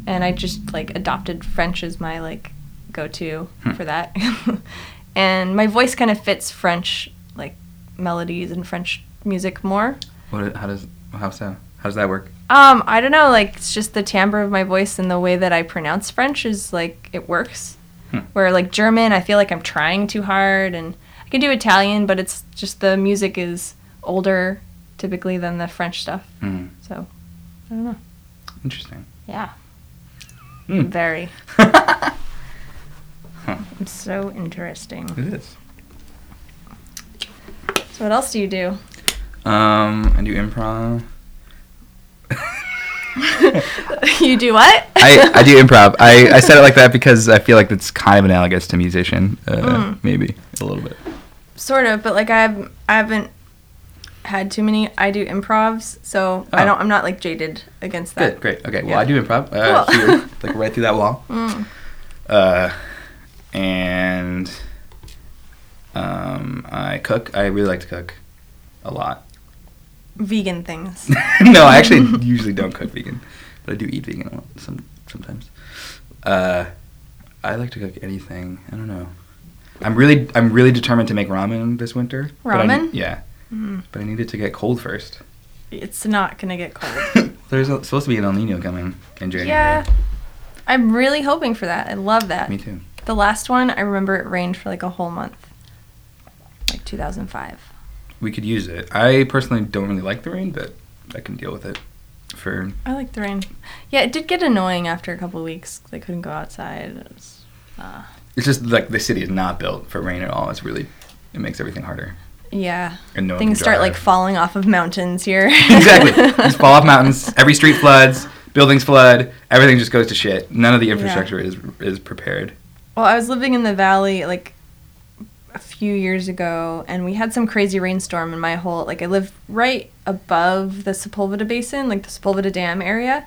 [SPEAKER 2] and I just like adopted French as my like go-to
[SPEAKER 1] Hmm.
[SPEAKER 2] for that. <laughs> and my voice kind of fits French like melodies and French music more.
[SPEAKER 1] What? How does? How so? How does that work?
[SPEAKER 2] Um, I don't know. Like, it's just the timbre of my voice and the way that I pronounce French is like it works.
[SPEAKER 1] Hmm.
[SPEAKER 2] Where like German, I feel like I'm trying too hard, and I can do Italian, but it's just the music is older typically than the French stuff.
[SPEAKER 1] Hmm.
[SPEAKER 2] So, I don't know.
[SPEAKER 1] Interesting.
[SPEAKER 2] Yeah.
[SPEAKER 1] Hmm.
[SPEAKER 2] Very.
[SPEAKER 1] <laughs> it
[SPEAKER 2] It's so interesting.
[SPEAKER 1] is.
[SPEAKER 2] So, what else do you
[SPEAKER 1] <laughs>
[SPEAKER 2] do? <laughs>
[SPEAKER 1] Um, I do improv.
[SPEAKER 2] you do what?
[SPEAKER 1] <laughs> I, I do improv. I, I said it like that because I feel like it's kind of analogous to musician, uh, maybe a little bit.
[SPEAKER 2] sort of but like i've i haven't had too many i do improvs so i
[SPEAKER 1] Oh.
[SPEAKER 2] don't i'm not like jaded against that
[SPEAKER 1] Good, great. Okay, well,
[SPEAKER 2] Yeah.
[SPEAKER 1] I do improv uh, <laughs>
[SPEAKER 2] Cool.
[SPEAKER 1] here, like right through that wall. Uh, and um, I cook. I really like to cook a lot.
[SPEAKER 2] vegan
[SPEAKER 1] <laughs>
[SPEAKER 2] things
[SPEAKER 1] no, I actually usually don't cook vegan, but I do eat vegan a lot some, sometimes. Uh, I like to cook anything. I don't know. I'm really I'm really determined to make ramen this winter. but I-
[SPEAKER 2] Ramen?
[SPEAKER 1] yeah,
[SPEAKER 2] Mm.
[SPEAKER 1] but I need it to get cold first.
[SPEAKER 2] it's not gonna get cold
[SPEAKER 1] <laughs> There's a, supposed to be an El Nino coming in January.
[SPEAKER 2] yeah i'm really hoping for that i love that
[SPEAKER 1] Me too.
[SPEAKER 2] the last one i remember it rained for like a whole month like 2005
[SPEAKER 1] We could use it. I personally don't really like the rain, but I can deal with it. For
[SPEAKER 2] i like the rain yeah it did get annoying after a couple weeks they couldn't go outside it was, uh,
[SPEAKER 1] it's just like the city is not built for rain at all. It's really it makes everything harder.
[SPEAKER 2] yeah
[SPEAKER 1] And no one
[SPEAKER 2] things
[SPEAKER 1] can
[SPEAKER 2] start like
[SPEAKER 1] drive.
[SPEAKER 2] falling off of mountains here <laughs>
[SPEAKER 1] exactly. Just fall off mountains. Every street floods. Buildings flood. Everything just goes to shit. None of the infrastructure is is prepared.
[SPEAKER 2] Well, I was living in the valley like a few years ago, and we had some crazy rainstorm, and my whole like I live right above the Sepulveda Basin, like the Sepulveda Dam area.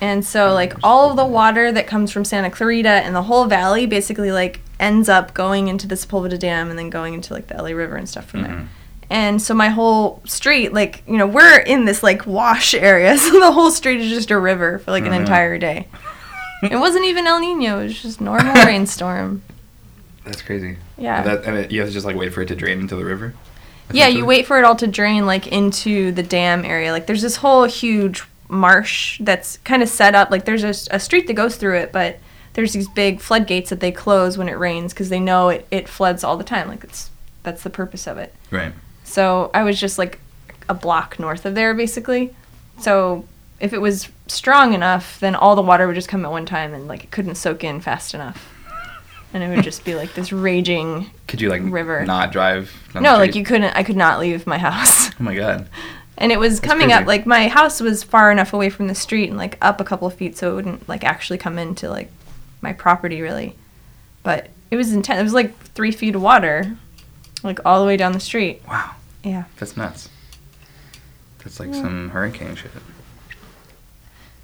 [SPEAKER 2] And so, like, all of the water that comes from Santa Clarita and the whole valley basically, like, ends up going into the Sepulveda Dam and then going into, like, the LA River and stuff from
[SPEAKER 1] Mhm.
[SPEAKER 2] there. And so, my whole street, like, you know, we're in this, like, wash area. <laughs> So, the whole street is just a river for, like, an
[SPEAKER 1] Mhm.
[SPEAKER 2] entire day. It wasn't even El Nino, it was just normal rainstorm.
[SPEAKER 1] That's crazy.
[SPEAKER 2] Yeah.
[SPEAKER 1] That, and it, you have to just like wait for it to drain into the river.
[SPEAKER 2] yeah,
[SPEAKER 1] essentially?
[SPEAKER 2] you wait for it all to drain like into the dam area. Like there's this whole huge marsh that's kind of set up. Like there's a, a street that goes through it, but there's these big floodgates that they close when it rains because they know it, it floods all the time. Like it's that's the purpose of it.
[SPEAKER 1] Right.
[SPEAKER 2] So I was just like a block north of there basically. So if it was strong enough, then all the water would just come at one time and like it couldn't soak in fast enough. And it would just be like this raging
[SPEAKER 1] Could you like
[SPEAKER 2] River.
[SPEAKER 1] not drive? down the
[SPEAKER 2] No, like
[SPEAKER 1] street?
[SPEAKER 2] you couldn't I could not leave my house. <laughs>
[SPEAKER 1] Oh my god.
[SPEAKER 2] And it was coming
[SPEAKER 1] crazy.
[SPEAKER 2] up like my house was far enough away from the street and like up a couple of feet so it wouldn't like actually come into like my property really. But it was intense. It was like 3 feet of water like all the way down the street.
[SPEAKER 1] Wow.
[SPEAKER 2] Yeah.
[SPEAKER 1] That's nuts. That's like some hurricane shit.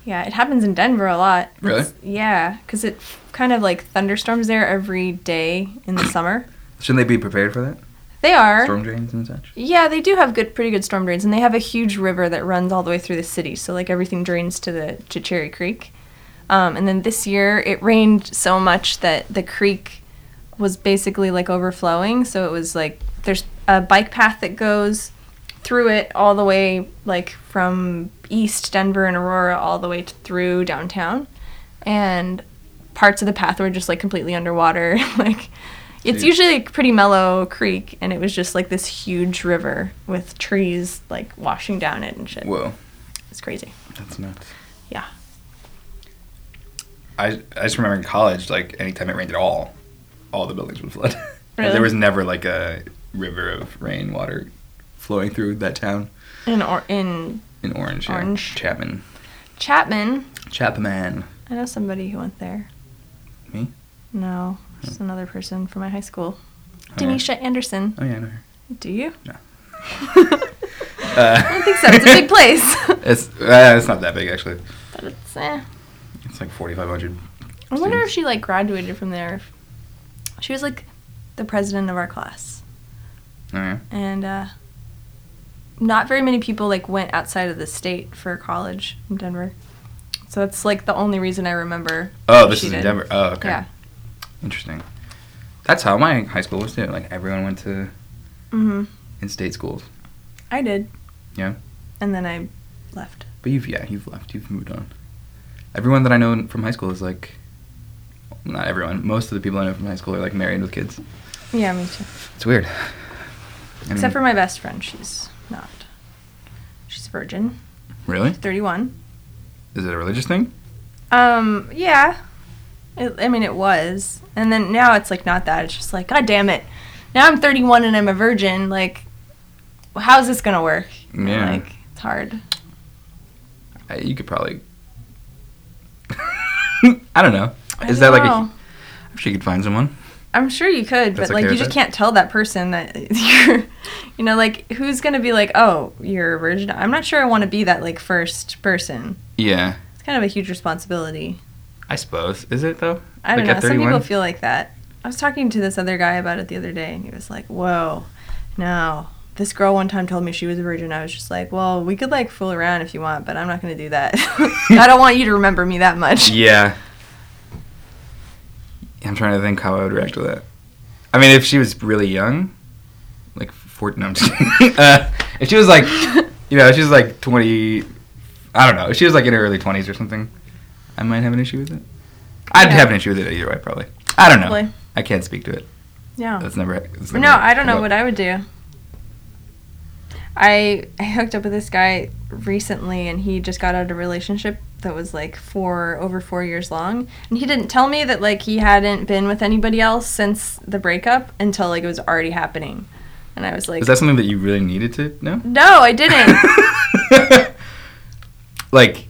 [SPEAKER 2] Yeah, it happens in Denver a lot.
[SPEAKER 1] Really?
[SPEAKER 2] It's- yeah, cuz it kind of like thunderstorms there every day in the summer.
[SPEAKER 1] Shouldn't they be prepared for that?
[SPEAKER 2] They are.
[SPEAKER 1] Storm drains and such.
[SPEAKER 2] Yeah, they do have good, pretty good storm drains, and they have a huge river that runs all the way through the city. So like everything drains to the to Cherry Creek. Um, and then this year it rained so much that the creek was basically like overflowing. So it was like there's a bike path that goes through it all the way like from East Denver and Aurora all the way t- through downtown, and parts of the path were just like completely underwater. <laughs> like it's
[SPEAKER 1] Jeez.
[SPEAKER 2] usually a pretty mellow creek, and it was just like this huge river with trees like washing down it and shit.
[SPEAKER 1] Whoa.
[SPEAKER 2] It's crazy.
[SPEAKER 1] That's nuts.
[SPEAKER 2] Yeah.
[SPEAKER 1] I, I just remember in college, like anytime it rained at all, all the buildings would flood. <laughs> Like,
[SPEAKER 2] Really?
[SPEAKER 1] there was never like a river of rainwater flowing through that town
[SPEAKER 2] In or- in
[SPEAKER 1] in Orange. yeah.
[SPEAKER 2] Orange.
[SPEAKER 1] Chapman.
[SPEAKER 2] Chapman,
[SPEAKER 1] Chapman.
[SPEAKER 2] I know somebody who went there.
[SPEAKER 1] Me? Hmm.
[SPEAKER 2] No, just another person from my high school.
[SPEAKER 1] Oh, yeah.
[SPEAKER 2] Denisha Anderson.
[SPEAKER 1] Oh yeah, I know her.
[SPEAKER 2] Do you? <laughs>
[SPEAKER 1] No. <laughs>
[SPEAKER 2] I don't think so. It's a big place.
[SPEAKER 1] <laughs> It's uh, it's not that big actually.
[SPEAKER 2] <laughs> but it's, eh.
[SPEAKER 1] It's like 4,500.
[SPEAKER 2] I wonder if she like graduated from there. She was like the president of our class,
[SPEAKER 1] All right.
[SPEAKER 2] and uh, not very many people like went outside of the state for college in Denver. So that's like the only reason I remember.
[SPEAKER 1] Oh,
[SPEAKER 2] what
[SPEAKER 1] this
[SPEAKER 2] she
[SPEAKER 1] is in
[SPEAKER 2] did.
[SPEAKER 1] Denver. Oh, okay.
[SPEAKER 2] Yeah.
[SPEAKER 1] Interesting. That's how my high school was too. Like everyone went to
[SPEAKER 2] hmm
[SPEAKER 1] in-state schools.
[SPEAKER 2] I did.
[SPEAKER 1] Yeah.
[SPEAKER 2] And then I left.
[SPEAKER 1] But you've yeah, you've left. You've moved on. Everyone that I know from high school is like, not everyone. Most of the people I know from high school are like married with kids.
[SPEAKER 2] Yeah, me too.
[SPEAKER 1] It's weird.
[SPEAKER 2] Except for my best friend, she's not. She's a virgin,
[SPEAKER 1] Really?
[SPEAKER 2] thirty-one.
[SPEAKER 1] Is it a religious thing?
[SPEAKER 2] Um, yeah. It, I mean, it was, and then now it's like not that. It's just like, god damn it, now I'm 31 and I'm a virgin. Like, how's this gonna work? You know,
[SPEAKER 1] Yeah.
[SPEAKER 2] Like, it's hard.
[SPEAKER 1] I, you could probably. <laughs> I don't know.
[SPEAKER 2] I
[SPEAKER 1] Is
[SPEAKER 2] don't
[SPEAKER 1] that like a?
[SPEAKER 2] know.
[SPEAKER 1] I'm sure you could find someone.
[SPEAKER 2] I'm sure you could,
[SPEAKER 1] That's okay
[SPEAKER 2] but like you
[SPEAKER 1] with
[SPEAKER 2] just
[SPEAKER 1] it?
[SPEAKER 2] can't tell that person that <laughs> you're, you know, like who's gonna be like, oh, you're a virgin. I'm not sure I want to be that like first person.
[SPEAKER 1] Yeah,
[SPEAKER 2] It's kind of a huge responsibility.
[SPEAKER 1] I suppose. Is it though?
[SPEAKER 2] I don't
[SPEAKER 1] Like, at
[SPEAKER 2] know. Some
[SPEAKER 1] 31?
[SPEAKER 2] people feel like that. I was talking to this other guy about it the other day, and he was like, "Whoa, no." This girl one time told me she was a virgin. I was just like, "Well, we could like fool around if you want, but I'm not gonna do that. <laughs> I don't want you to remember me that much." <laughs>
[SPEAKER 1] Yeah. I'm trying to think how I would react to that. I mean, if she was really young, like 14, no, I'm just kidding. <laughs> uh, if she was like, you know, if she was like 20, I don't know, if she was like in her early 20s or something, I might have an issue with it. I'd
[SPEAKER 2] Yeah.
[SPEAKER 1] have an issue with it either way, probably. I don't know.
[SPEAKER 2] Probably.
[SPEAKER 1] I can't speak to it.
[SPEAKER 2] Yeah.
[SPEAKER 1] That's never. That's never
[SPEAKER 2] No, I don't know what I would do. I I hooked up with this guy recently, and he just got out of a relationship that was like four over four years long, and he didn't tell me that like he hadn't been with anybody else since the breakup until like it was already happening, and I was like,
[SPEAKER 1] Is that something that you really needed to know?
[SPEAKER 2] no, I didn't.
[SPEAKER 1] <laughs> like, <laughs>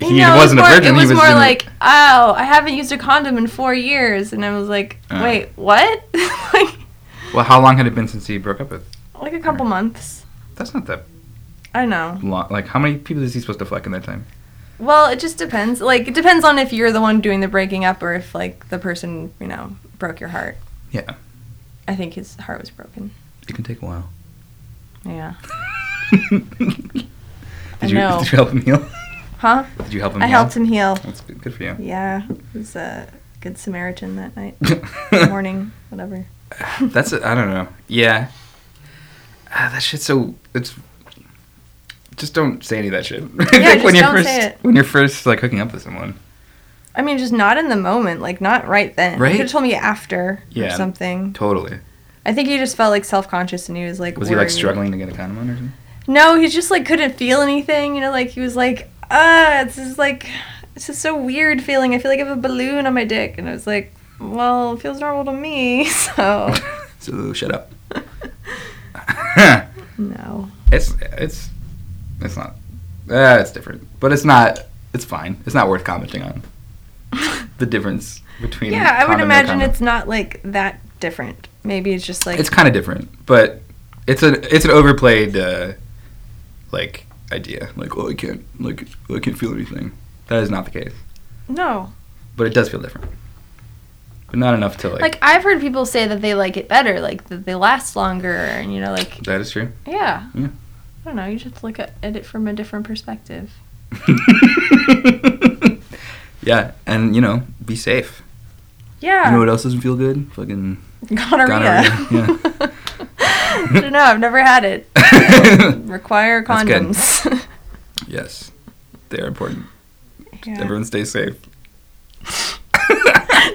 [SPEAKER 1] he
[SPEAKER 2] No, it
[SPEAKER 1] wasn't
[SPEAKER 2] more-
[SPEAKER 1] a virgin.
[SPEAKER 2] It
[SPEAKER 1] he
[SPEAKER 2] was, more
[SPEAKER 1] in a-
[SPEAKER 2] like, oh, I haven't used a condom in four years, and I was like,
[SPEAKER 1] Uh.
[SPEAKER 2] wait, what? <laughs> like,
[SPEAKER 1] Well, how long had it been since he broke up with?
[SPEAKER 2] like a couple months.
[SPEAKER 1] That's not that
[SPEAKER 2] I don't know.
[SPEAKER 1] long. Like, how many people is he supposed to fuck in that time?
[SPEAKER 2] Well, it just depends. Like, it depends on if you're the one doing the breaking up or if, like, the person, you know, broke your heart.
[SPEAKER 1] Yeah,
[SPEAKER 2] I think his heart was broken.
[SPEAKER 1] it can take a while.
[SPEAKER 2] Yeah.
[SPEAKER 1] <laughs> did,
[SPEAKER 2] I
[SPEAKER 1] you,
[SPEAKER 2] know.
[SPEAKER 1] did you help him
[SPEAKER 2] <laughs>
[SPEAKER 1] heal?
[SPEAKER 2] Huh?
[SPEAKER 1] Did you help him
[SPEAKER 2] I
[SPEAKER 1] heal?
[SPEAKER 2] helped him heal.
[SPEAKER 1] That's good, good for you.
[SPEAKER 2] Yeah. He was a good Samaritan
[SPEAKER 1] <laughs>
[SPEAKER 2] that night, morning, whatever.
[SPEAKER 1] That's, I I don't know. Yeah. Ah, that shit's so, it's, just don't say any of that <laughs> shit.
[SPEAKER 2] just
[SPEAKER 1] when you're
[SPEAKER 2] don't
[SPEAKER 1] first,
[SPEAKER 2] say it.
[SPEAKER 1] When you're first, like, hooking up with someone.
[SPEAKER 2] I mean, just not in the moment, like, not right then.
[SPEAKER 1] Right?
[SPEAKER 2] He could have told me after
[SPEAKER 1] Yeah.
[SPEAKER 2] or something.
[SPEAKER 1] Totally.
[SPEAKER 2] I think he just felt, like, self conscious and he was, like,
[SPEAKER 1] Was he, like,
[SPEAKER 2] worried.
[SPEAKER 1] struggling to get a condom on or
[SPEAKER 2] <laughs>
[SPEAKER 1] something?
[SPEAKER 2] No, he just like couldn't feel anything. You know, like he was like, ah, it's just like, it's just so weird feeling. I feel like I have a balloon on my dick, and I was like, well, it feels normal to me. <laughs> So
[SPEAKER 1] so, shut up. <laughs>
[SPEAKER 2] no,
[SPEAKER 1] it's, it's, it's not, uh, it's different. But it's not, it's fine. It's not worth commenting
[SPEAKER 2] <laughs>
[SPEAKER 1] on. the difference between
[SPEAKER 2] yeah, I would
[SPEAKER 1] condom, no
[SPEAKER 2] imagine
[SPEAKER 1] condom.
[SPEAKER 2] it's not like that different. Maybe it's just like
[SPEAKER 1] it's kind of different, but it's an it's an overplayed uh, like idea. Like, oh, I can't like I can't feel anything. That is not the case,
[SPEAKER 2] no.
[SPEAKER 1] but it does feel different. But not enough to like.
[SPEAKER 2] Like I've heard people say that they like it better, like that they last longer, and you know, like
[SPEAKER 1] that is true.
[SPEAKER 2] yeah.
[SPEAKER 1] Yeah.
[SPEAKER 2] I don't know. You just look at at it from a different perspective.
[SPEAKER 1] <laughs> yeah, and you know, be safe.
[SPEAKER 2] Yeah.
[SPEAKER 1] You know what else doesn't feel good?
[SPEAKER 2] <laughs>
[SPEAKER 1] Fucking.
[SPEAKER 2] Gonorrhea.
[SPEAKER 1] Gonorrhea,
[SPEAKER 2] <laughs> I don't know. I've never had it.
[SPEAKER 1] <laughs>
[SPEAKER 2] Require
[SPEAKER 1] That's good.
[SPEAKER 2] condoms.
[SPEAKER 1] yes, they are important.
[SPEAKER 2] Yeah.
[SPEAKER 1] Everyone stay safe. <laughs>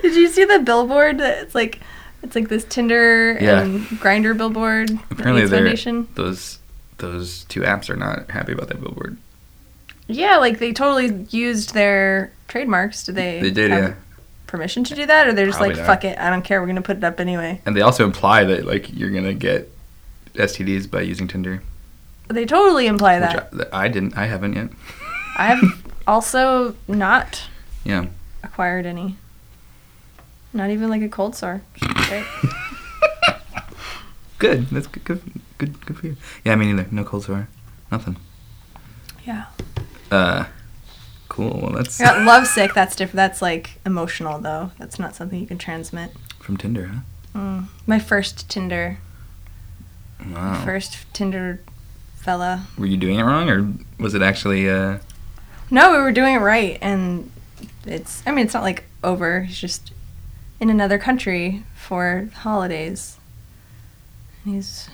[SPEAKER 2] Did you see the billboard? that It's like, it's like this Tinder
[SPEAKER 1] Yeah.
[SPEAKER 2] and Grinder billboard. that
[SPEAKER 1] Apparently,
[SPEAKER 2] Aids
[SPEAKER 1] they're,
[SPEAKER 2] Foundation.
[SPEAKER 1] those those two apps are not happy about that billboard.
[SPEAKER 2] Yeah, like they totally used their trademarks. Did they?
[SPEAKER 1] They did,
[SPEAKER 2] have
[SPEAKER 1] yeah.
[SPEAKER 2] Permission to do that, or they're just
[SPEAKER 1] Probably
[SPEAKER 2] like,
[SPEAKER 1] not.
[SPEAKER 2] fuck it, I don't care. We're gonna put it up anyway.
[SPEAKER 1] And they also imply that like you're gonna get STDs by using Tinder,
[SPEAKER 2] They totally imply
[SPEAKER 1] which
[SPEAKER 2] that.
[SPEAKER 1] I, that I didn't. I haven't yet. <laughs>
[SPEAKER 2] I've also not
[SPEAKER 1] Yeah.
[SPEAKER 2] acquired any. Not even like a cold sore. Which is great.
[SPEAKER 1] <laughs> good. That's good. Good. Good, good for you. Yeah, me neither. No cold sore. Nothing.
[SPEAKER 2] Yeah.
[SPEAKER 1] Uh, cool. Well, that's
[SPEAKER 2] Yeah, lovesick. That's different. That's like emotional though. That's not something you can transmit.
[SPEAKER 1] from Tinder, huh?
[SPEAKER 2] Mm. My first Tinder,
[SPEAKER 1] Wow.
[SPEAKER 2] first Tinder fella.
[SPEAKER 1] Were you doing it wrong, or was it actually? Uh,
[SPEAKER 2] No, we were doing it right, and it's. I mean, it's not like over. He's just in another country for holidays. And He's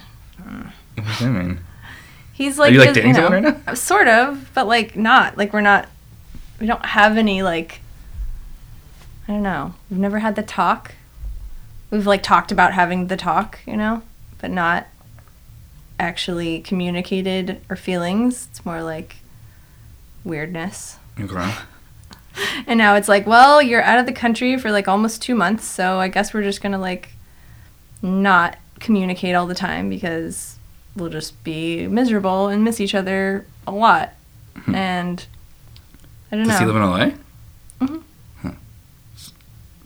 [SPEAKER 1] what does that mean?
[SPEAKER 2] he's like
[SPEAKER 1] you, like,
[SPEAKER 2] just,
[SPEAKER 1] dating someone right
[SPEAKER 2] now? <laughs> Sort of, but like not. Like we're not. We don't have any like. I don't know. We've never had the talk. We've like talked about having the talk, you know, but not actually communicated our feelings. It's more like weirdness.
[SPEAKER 1] Okay.
[SPEAKER 2] And now it's like, well, you're out of the country for like almost two months, so I guess we're just gonna like not communicate all the time because we'll just be miserable and miss each other a lot.
[SPEAKER 1] Hmm.
[SPEAKER 2] And I don't
[SPEAKER 1] Does he live
[SPEAKER 2] know.
[SPEAKER 1] in LA?
[SPEAKER 2] Mhm.
[SPEAKER 1] Huh.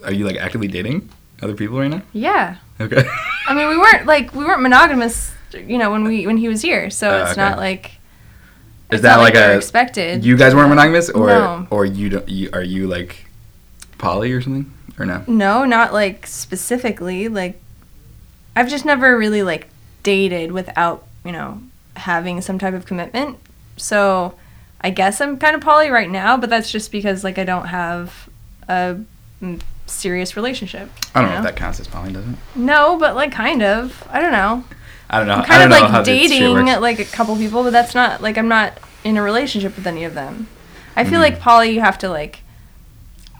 [SPEAKER 1] Are you like actively dating other people right now?
[SPEAKER 2] Yeah, <laughs>
[SPEAKER 1] Okay.
[SPEAKER 2] I mean, we weren't like we weren't monogamous, you know, when we when he was here, so
[SPEAKER 1] Oh,
[SPEAKER 2] it's
[SPEAKER 1] okay.
[SPEAKER 2] not like.
[SPEAKER 1] Is
[SPEAKER 2] it's
[SPEAKER 1] that
[SPEAKER 2] not
[SPEAKER 1] like
[SPEAKER 2] we were
[SPEAKER 1] a-
[SPEAKER 2] expected?
[SPEAKER 1] you guys weren't monogamous, or
[SPEAKER 2] No.
[SPEAKER 1] or you don't? You, are you like poly or something, or no?
[SPEAKER 2] No, not like specifically. Like, I've just never really like dated without you know having some type of commitment. So I guess I'm kind of poly right now, but that's just because like I don't have a mm, serious relationship.
[SPEAKER 1] I don't know
[SPEAKER 2] No.
[SPEAKER 1] if that counts as poly, does it?
[SPEAKER 2] No, but like kind of. I don't know.
[SPEAKER 1] I don't know.
[SPEAKER 2] I'm
[SPEAKER 1] I
[SPEAKER 2] kind
[SPEAKER 1] don't
[SPEAKER 2] of
[SPEAKER 1] know
[SPEAKER 2] like
[SPEAKER 1] how this shit
[SPEAKER 2] dating
[SPEAKER 1] works.
[SPEAKER 2] like a couple people, but that's not like I'm not in a relationship with any of them. I
[SPEAKER 1] Mm-hmm.
[SPEAKER 2] feel like poly, you have to like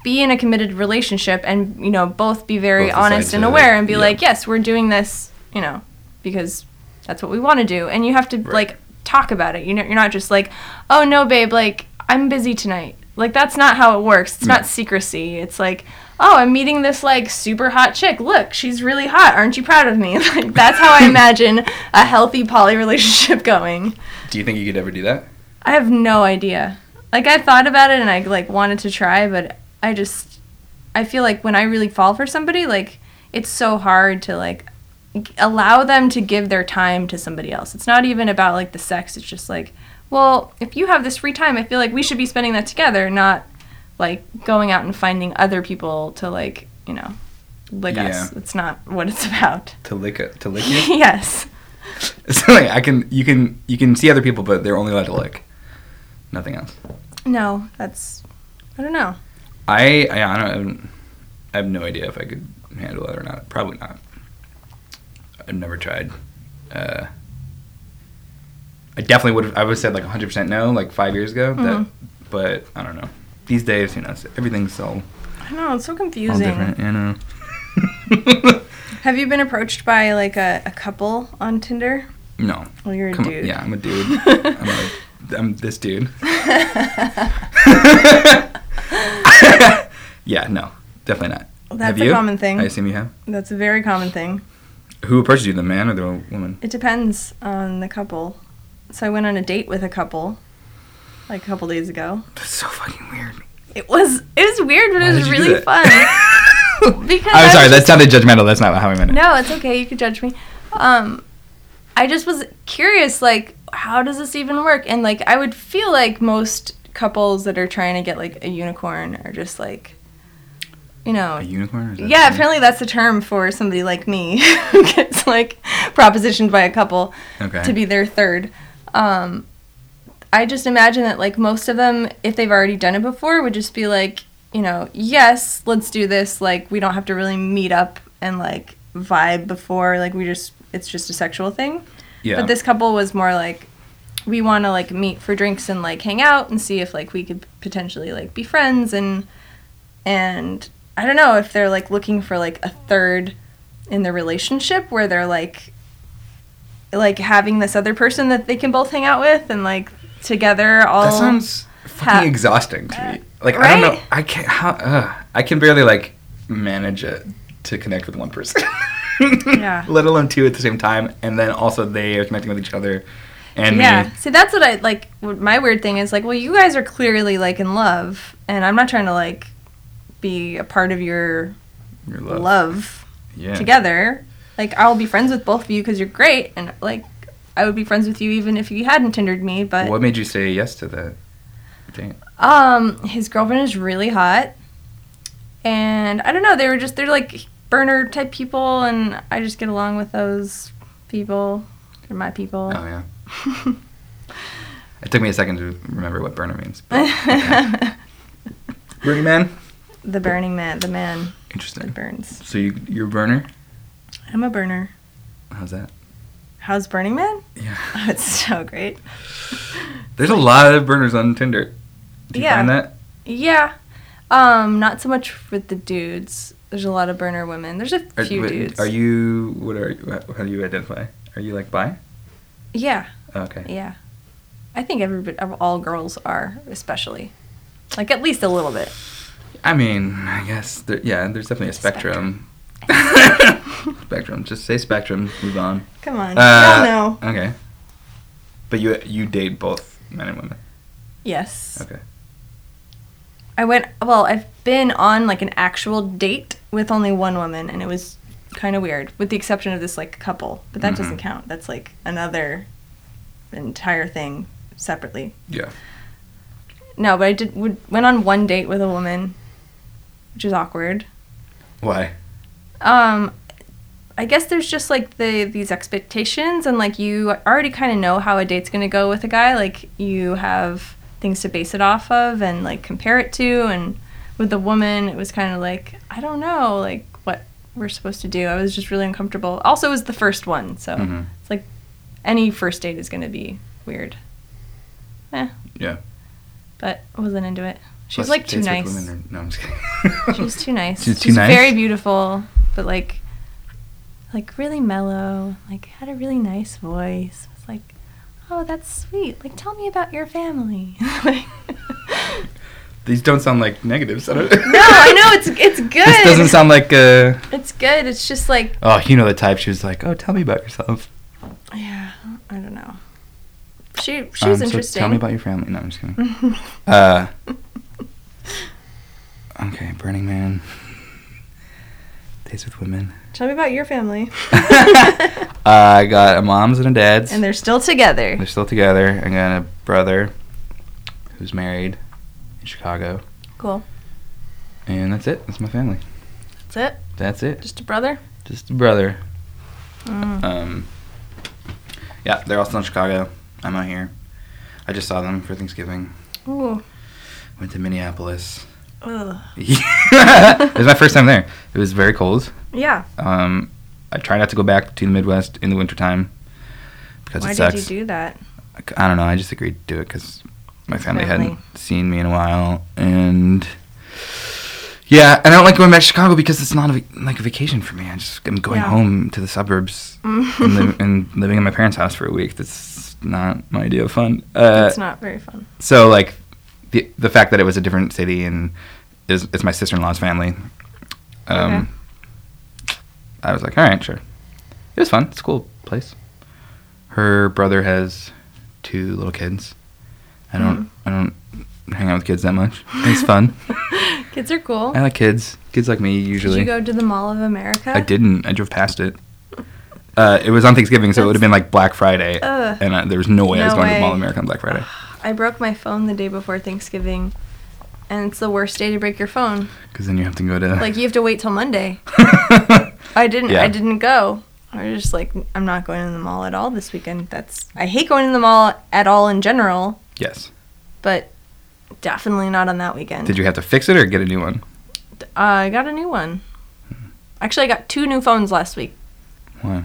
[SPEAKER 2] be in a committed relationship and you know both be very
[SPEAKER 1] Both decide
[SPEAKER 2] honest and
[SPEAKER 1] to,
[SPEAKER 2] aware and be
[SPEAKER 1] yeah.
[SPEAKER 2] like, yes, we're doing this, you know, because that's what we want to do, and you have to
[SPEAKER 1] Right.
[SPEAKER 2] like talk about it. You know, you're not just like, oh no, babe, like I'm busy tonight. Like that's not how it works. It's
[SPEAKER 1] No.
[SPEAKER 2] not secrecy. It's like. Oh, I'm meeting this like super hot chick. Look, she's really hot. Aren't you proud of me? <laughs> Like that's how
[SPEAKER 1] <laughs>
[SPEAKER 2] I imagine a healthy poly relationship going.
[SPEAKER 1] Do you think you could ever do that?
[SPEAKER 2] I have no idea. Like I thought about it and I like wanted to try, but I just I feel like when I really fall for somebody, like it's so hard to like g- allow them to give their time to somebody else. It's not even about like the sex. It's just like, well, if you have this free time, I feel like we should be spending that together, not like going out and finding other people to like, you know, lick us.
[SPEAKER 1] Yeah.
[SPEAKER 2] It's not what it's about.
[SPEAKER 1] To lick a, to
[SPEAKER 2] <laughs>
[SPEAKER 1] lick you? <laughs>
[SPEAKER 2] yes.
[SPEAKER 1] it's like I can you can you can see other people, but they're only allowed to lick. Nothing else.
[SPEAKER 2] No, that's I don't know.
[SPEAKER 1] I I, I don't I have no idea if I could handle that or not. Probably not. I've never tried. Uh, I definitely would. have I would have said like 100 percent no, like five years ago.
[SPEAKER 2] Mhm.
[SPEAKER 1] That, but I don't know. These days, who knows? Everything's all,
[SPEAKER 2] I don't know, it's so
[SPEAKER 1] all
[SPEAKER 2] confusing.
[SPEAKER 1] different, you know. <laughs>
[SPEAKER 2] Have you been approached by like a, a couple on Tinder?
[SPEAKER 1] no,
[SPEAKER 2] Well, you're a
[SPEAKER 1] Come on.
[SPEAKER 2] dude.
[SPEAKER 1] Yeah, I'm a
[SPEAKER 2] <laughs>
[SPEAKER 1] dude. I'm, a, I'm this dude. <laughs> yeah, no, definitely not.
[SPEAKER 2] That's
[SPEAKER 1] Have
[SPEAKER 2] a
[SPEAKER 1] you?
[SPEAKER 2] common thing.
[SPEAKER 1] I assume you have.
[SPEAKER 2] That's a very common thing.
[SPEAKER 1] Who approaches you, the man or the woman?
[SPEAKER 2] It depends on the couple. So I went on a date with a couple like a couple days ago.
[SPEAKER 1] That's so fucking weird.
[SPEAKER 2] It was it was weird, but
[SPEAKER 1] Why
[SPEAKER 2] it
[SPEAKER 1] did
[SPEAKER 2] was
[SPEAKER 1] you do
[SPEAKER 2] really fun.
[SPEAKER 1] <laughs>
[SPEAKER 2] because I
[SPEAKER 1] I'm
[SPEAKER 2] was
[SPEAKER 1] sorry, that sounded judgmental. That's not how I meant it.
[SPEAKER 2] No, it's okay. You can judge me. Um, I just was curious, like, how does this even work? And like, I would feel like most couples that are trying to get like a unicorn are just like, you know,
[SPEAKER 1] A unicorn? Or is that
[SPEAKER 2] yeah.
[SPEAKER 1] something?
[SPEAKER 2] Apparently, that's the term for somebody like me <laughs> who gets like propositioned by a couple
[SPEAKER 1] Okay.
[SPEAKER 2] to be their third. Um, I just imagine that like most of them, if they've already done it before, would just be like, you know, yes, let's do this. Like we don't have to really meet up and like vibe before. Like we just, it's just a sexual thing.
[SPEAKER 1] yeah.
[SPEAKER 2] But this couple was more like, we want to like meet for drinks and like hang out and see if like we could potentially like be friends and and I don't know if they're like looking for like a third in their relationship where they're like like having this other person that they can both hang out with and like together all
[SPEAKER 1] that sounds fucking
[SPEAKER 2] ha-
[SPEAKER 1] exhausting to me. Like I don't know.
[SPEAKER 2] right?
[SPEAKER 1] I can't. How? Uh, I can barely like manage it to connect with one person. <laughs>
[SPEAKER 2] Yeah.
[SPEAKER 1] Let alone two at the same time, and then also they are connecting with each other. And
[SPEAKER 2] yeah.
[SPEAKER 1] me.
[SPEAKER 2] See, that's what I like. What my weird thing is like, well, you guys are clearly like in love, and I'm not trying to like be a part of your
[SPEAKER 1] Your
[SPEAKER 2] love,
[SPEAKER 1] Yeah.
[SPEAKER 2] together. like I'll be friends with both of you because you're great, and like I would be friends with you even if you hadn't tindered me. But
[SPEAKER 1] What made you say yes to that? Dang.
[SPEAKER 2] um, his girlfriend is really hot, and I don't know. They were just they're like burner type people, and I just get along with those people. They're my people.
[SPEAKER 1] Oh
[SPEAKER 2] <laughs>
[SPEAKER 1] yeah. It took me a second to remember what burner means. But, okay.
[SPEAKER 2] <laughs>
[SPEAKER 1] Burning man.
[SPEAKER 2] the burning man, the man that
[SPEAKER 1] Interesting.
[SPEAKER 2] burns.
[SPEAKER 1] So you you're a burner?
[SPEAKER 2] I'm a burner.
[SPEAKER 1] How's that?
[SPEAKER 2] How's Burning Man? <laughs>
[SPEAKER 1] Yeah.
[SPEAKER 2] Oh, it's so great.
[SPEAKER 1] There's a lot of burners on Tinder. Do you
[SPEAKER 2] Yeah.
[SPEAKER 1] find that?
[SPEAKER 2] Yeah. Um, not so much with the dudes. There's a lot of burner women. There's a
[SPEAKER 1] Are,
[SPEAKER 2] few
[SPEAKER 1] wait,
[SPEAKER 2] dudes.
[SPEAKER 1] are you? What are? you- How do you identify? Are you like bi? Oh,
[SPEAKER 2] Yeah,
[SPEAKER 1] Okay.
[SPEAKER 2] yeah. I think everybody, of all girls are, especially. Like at least a little bit.
[SPEAKER 1] I mean, I guess. There, yeah. There's definitely a spectrum. <laughs> spectrum. Just say spectrum. Move on.
[SPEAKER 2] Come on.
[SPEAKER 1] Uh,
[SPEAKER 2] Y'all know.
[SPEAKER 1] Okay. But you you date both men and women.
[SPEAKER 2] Yes.
[SPEAKER 1] Okay.
[SPEAKER 2] I went. Well, I've been on like an actual date with only one woman, and it was kind of weird, with the exception of this like couple. But that
[SPEAKER 1] Mhm.
[SPEAKER 2] doesn't count. That's like another entire thing separately.
[SPEAKER 1] Yeah.
[SPEAKER 2] No, but I did would, went on one date with a woman, which is awkward.
[SPEAKER 1] Why?
[SPEAKER 2] Um, I guess there's just like the these expectations, and like you already kind of know how a date's gonna go with a guy. Like you have things to base it off of and like compare it to. And with the woman, it was kind of like I don't know, like what we're supposed to do. I was just really uncomfortable. Also, it was the first one, so
[SPEAKER 1] Mhm.
[SPEAKER 2] it's like any first date is gonna be weird. Eh,
[SPEAKER 1] Yeah.
[SPEAKER 2] but I wasn't into it. She was
[SPEAKER 1] Plus,
[SPEAKER 2] like too
[SPEAKER 1] dates with
[SPEAKER 2] nice.
[SPEAKER 1] women are- no, I'm just kidding.
[SPEAKER 2] She was too nice.
[SPEAKER 1] She's
[SPEAKER 2] <laughs> She's,
[SPEAKER 1] too nice?
[SPEAKER 2] very beautiful, but like, like really mellow. Like had a really nice voice. It's like, oh, that's sweet. Like tell me about your family. <laughs> Like-
[SPEAKER 1] These don't sound like negatives. I don't-
[SPEAKER 2] no, I know
[SPEAKER 1] <laughs>
[SPEAKER 2] it's it's good.
[SPEAKER 1] This doesn't sound like uh
[SPEAKER 2] It's good. It's just like
[SPEAKER 1] oh you know the type. She was like oh tell me about yourself.
[SPEAKER 2] yeah, I don't know. She she was
[SPEAKER 1] Um, so
[SPEAKER 2] interesting.
[SPEAKER 1] tell me about your family. No, I'm just kidding.
[SPEAKER 2] <laughs>
[SPEAKER 1] uh, okay, Burning Man. Days with women. Uh,
[SPEAKER 2] tell me about
[SPEAKER 1] <laughs>
[SPEAKER 2] your family.
[SPEAKER 1] I got a mom's and a dad's.
[SPEAKER 2] and they're still together.
[SPEAKER 1] They're still together. I got a brother who's married in Chicago.
[SPEAKER 2] Cool.
[SPEAKER 1] And that's it. That's my family.
[SPEAKER 2] That's it.
[SPEAKER 1] That's it.
[SPEAKER 2] Just a brother.
[SPEAKER 1] Just a brother.
[SPEAKER 2] Mm.
[SPEAKER 1] Um, yeah, they're all still in Chicago. I'm out here. I just saw them for Thanksgiving.
[SPEAKER 2] Ooh.
[SPEAKER 1] Went to Minneapolis. <laughs>
[SPEAKER 2] Ugh.
[SPEAKER 1] it was my first time there. It was very cold.
[SPEAKER 2] Yeah.
[SPEAKER 1] Um, I try not to go back to the Midwest in the wintertime because
[SPEAKER 2] Why
[SPEAKER 1] it sucks.
[SPEAKER 2] did you do that?
[SPEAKER 1] I don't know. I just agreed to do it because my family,
[SPEAKER 2] Family.
[SPEAKER 1] hadn't seen me in a while, and yeah, and I don't like going back to Chicago because it's not a, vac- like a vacation for me. I just I'm going
[SPEAKER 2] Yeah.
[SPEAKER 1] home to the suburbs and, li- <laughs> and living in my parents' house for a week. That's not my idea of fun. Uh,
[SPEAKER 2] it's not very fun.
[SPEAKER 1] so like the the fact that it was a different city and is it's my sister in law's family. Um, I was like, all right, sure. It was fun. It's a cool place. Her brother has two little kids. I don't I
[SPEAKER 2] Mm-hmm.
[SPEAKER 1] don't hang out with kids that much. It's
[SPEAKER 2] <laughs>
[SPEAKER 1] fun.
[SPEAKER 2] Kids are cool.
[SPEAKER 1] I like kids. Kids like me usually.
[SPEAKER 2] Did you go to the Mall of America?
[SPEAKER 1] I didn't. I drove past it. Uh, it was on Thanksgiving, so it would have been like Black Friday,
[SPEAKER 2] Ugh.
[SPEAKER 1] and I, there was no way I was
[SPEAKER 2] No
[SPEAKER 1] going to the Mall of
[SPEAKER 2] way.
[SPEAKER 1] America on Black
[SPEAKER 2] <sighs>
[SPEAKER 1] Friday.
[SPEAKER 2] I broke my phone the day before Thanksgiving, and it's the worst day to break your phone.
[SPEAKER 1] Because then you have to go to
[SPEAKER 2] Like you have to wait till Monday. I didn't.
[SPEAKER 1] Yeah.
[SPEAKER 2] I didn't go. I was just like, I'm not going to the mall at all this weekend. That's I hate going to the mall at all in general,
[SPEAKER 1] <laughs> Yes.
[SPEAKER 2] but definitely not on that weekend.
[SPEAKER 1] Did you have to fix it or get a new one?
[SPEAKER 2] Uh, I got a new one. Actually, I got two new phones last week.
[SPEAKER 1] Why?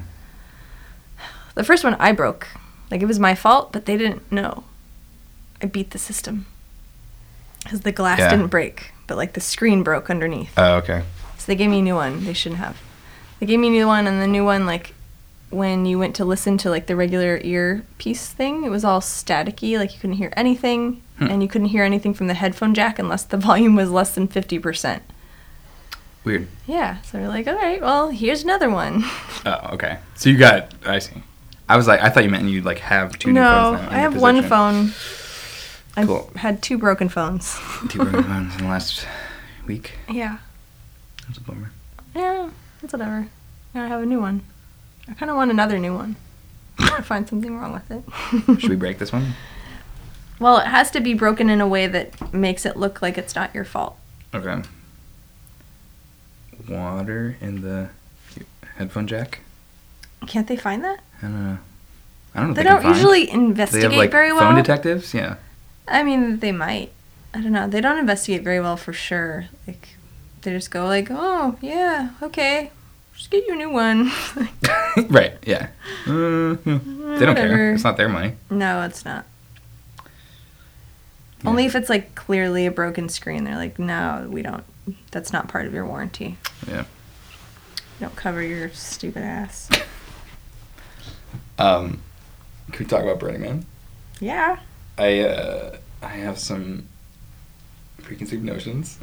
[SPEAKER 2] The first one I broke. Like it was my fault, but they didn't know. I beat the system. Cuz the glass
[SPEAKER 1] Yeah.
[SPEAKER 2] didn't break, but like the screen broke underneath.
[SPEAKER 1] Oh, okay.
[SPEAKER 2] So they gave me a new one. They shouldn't have. They gave me a new one and the new one like when you went to listen to like the regular earpiece thing, it was all staticky, like you couldn't hear anything
[SPEAKER 1] Hmm.
[SPEAKER 2] and you couldn't hear anything from the headphone jack unless the <laughs> volume was less than 50%.
[SPEAKER 1] Weird.
[SPEAKER 2] Yeah, so we're like, "All right, well, here's another one."
[SPEAKER 1] Oh, okay. So you got. I see. I was like, I thought you meant you like have two new
[SPEAKER 2] no,
[SPEAKER 1] phones. now in
[SPEAKER 2] I
[SPEAKER 1] your
[SPEAKER 2] have one
[SPEAKER 1] possession.
[SPEAKER 2] phone. I've
[SPEAKER 1] Cool.
[SPEAKER 2] had two broken phones.
[SPEAKER 1] <laughs> Two
[SPEAKER 2] <laughs>
[SPEAKER 1] broken phones in the last week.
[SPEAKER 2] Yeah.
[SPEAKER 1] That's a bummer.
[SPEAKER 2] Yeah, it's whatever. Now I have a new one. I kind of want another new one. I want to find something wrong with it.
[SPEAKER 1] <laughs> Should we break this one?
[SPEAKER 2] Well, it has to be broken in a way that makes it look like it's not your fault.
[SPEAKER 1] Okay. Water in the headphone jack.
[SPEAKER 2] Can't they find that?
[SPEAKER 1] I don't know. I don't know. if
[SPEAKER 2] They
[SPEAKER 1] can
[SPEAKER 2] don't
[SPEAKER 1] find-
[SPEAKER 2] usually
[SPEAKER 1] They
[SPEAKER 2] investigate
[SPEAKER 1] have like
[SPEAKER 2] very
[SPEAKER 1] phone
[SPEAKER 2] well.
[SPEAKER 1] detectives. Yeah. <laughs>
[SPEAKER 2] I mean, they might. I don't know. They don't investigate very well for sure. Like, they just go like, "Oh, yeah, okay, just get you a new one." <laughs>
[SPEAKER 1] right. Yeah. Uh, yeah. they don't care.
[SPEAKER 2] Whatever.
[SPEAKER 1] It's not their money.
[SPEAKER 2] no, it's not.
[SPEAKER 1] Yeah.
[SPEAKER 2] Only if it's like clearly a broken screen. They're like, "No, we don't. That's not part of your warranty.
[SPEAKER 1] Yeah.
[SPEAKER 2] We don't cover your stupid ass."
[SPEAKER 1] Um, can we talk about Burning Man?
[SPEAKER 2] yeah.
[SPEAKER 1] I uh, I have some preconceived notions.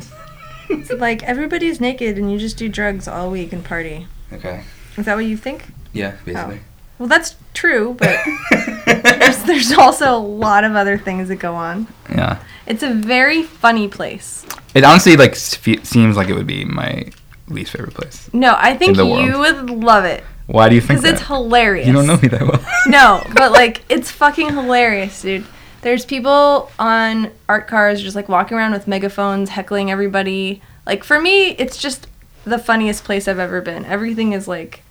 [SPEAKER 2] It's like everybody's naked and you just do drugs all week and party.
[SPEAKER 1] <laughs> okay.
[SPEAKER 2] Is that what you think?
[SPEAKER 1] Yeah. Basically.
[SPEAKER 2] Well, that's true, Oh,
[SPEAKER 1] <laughs>
[SPEAKER 2] but there's, <laughs> there's also a lot of other things that go on.
[SPEAKER 1] yeah.
[SPEAKER 2] It's a very funny place.
[SPEAKER 1] It honestly like s- fe- seems like it would be my least favorite place.
[SPEAKER 2] No, I think
[SPEAKER 1] the
[SPEAKER 2] you
[SPEAKER 1] world.
[SPEAKER 2] would love it
[SPEAKER 1] Why do you think
[SPEAKER 2] because
[SPEAKER 1] that?
[SPEAKER 2] it's hilarious.
[SPEAKER 1] you don't know me that well.
[SPEAKER 2] <laughs> No, but like it's fucking hilarious, dude. There's people on art cars just like walking around with megaphones heckling everybody. Like for me, it's just the funniest place I've ever been. Everything is like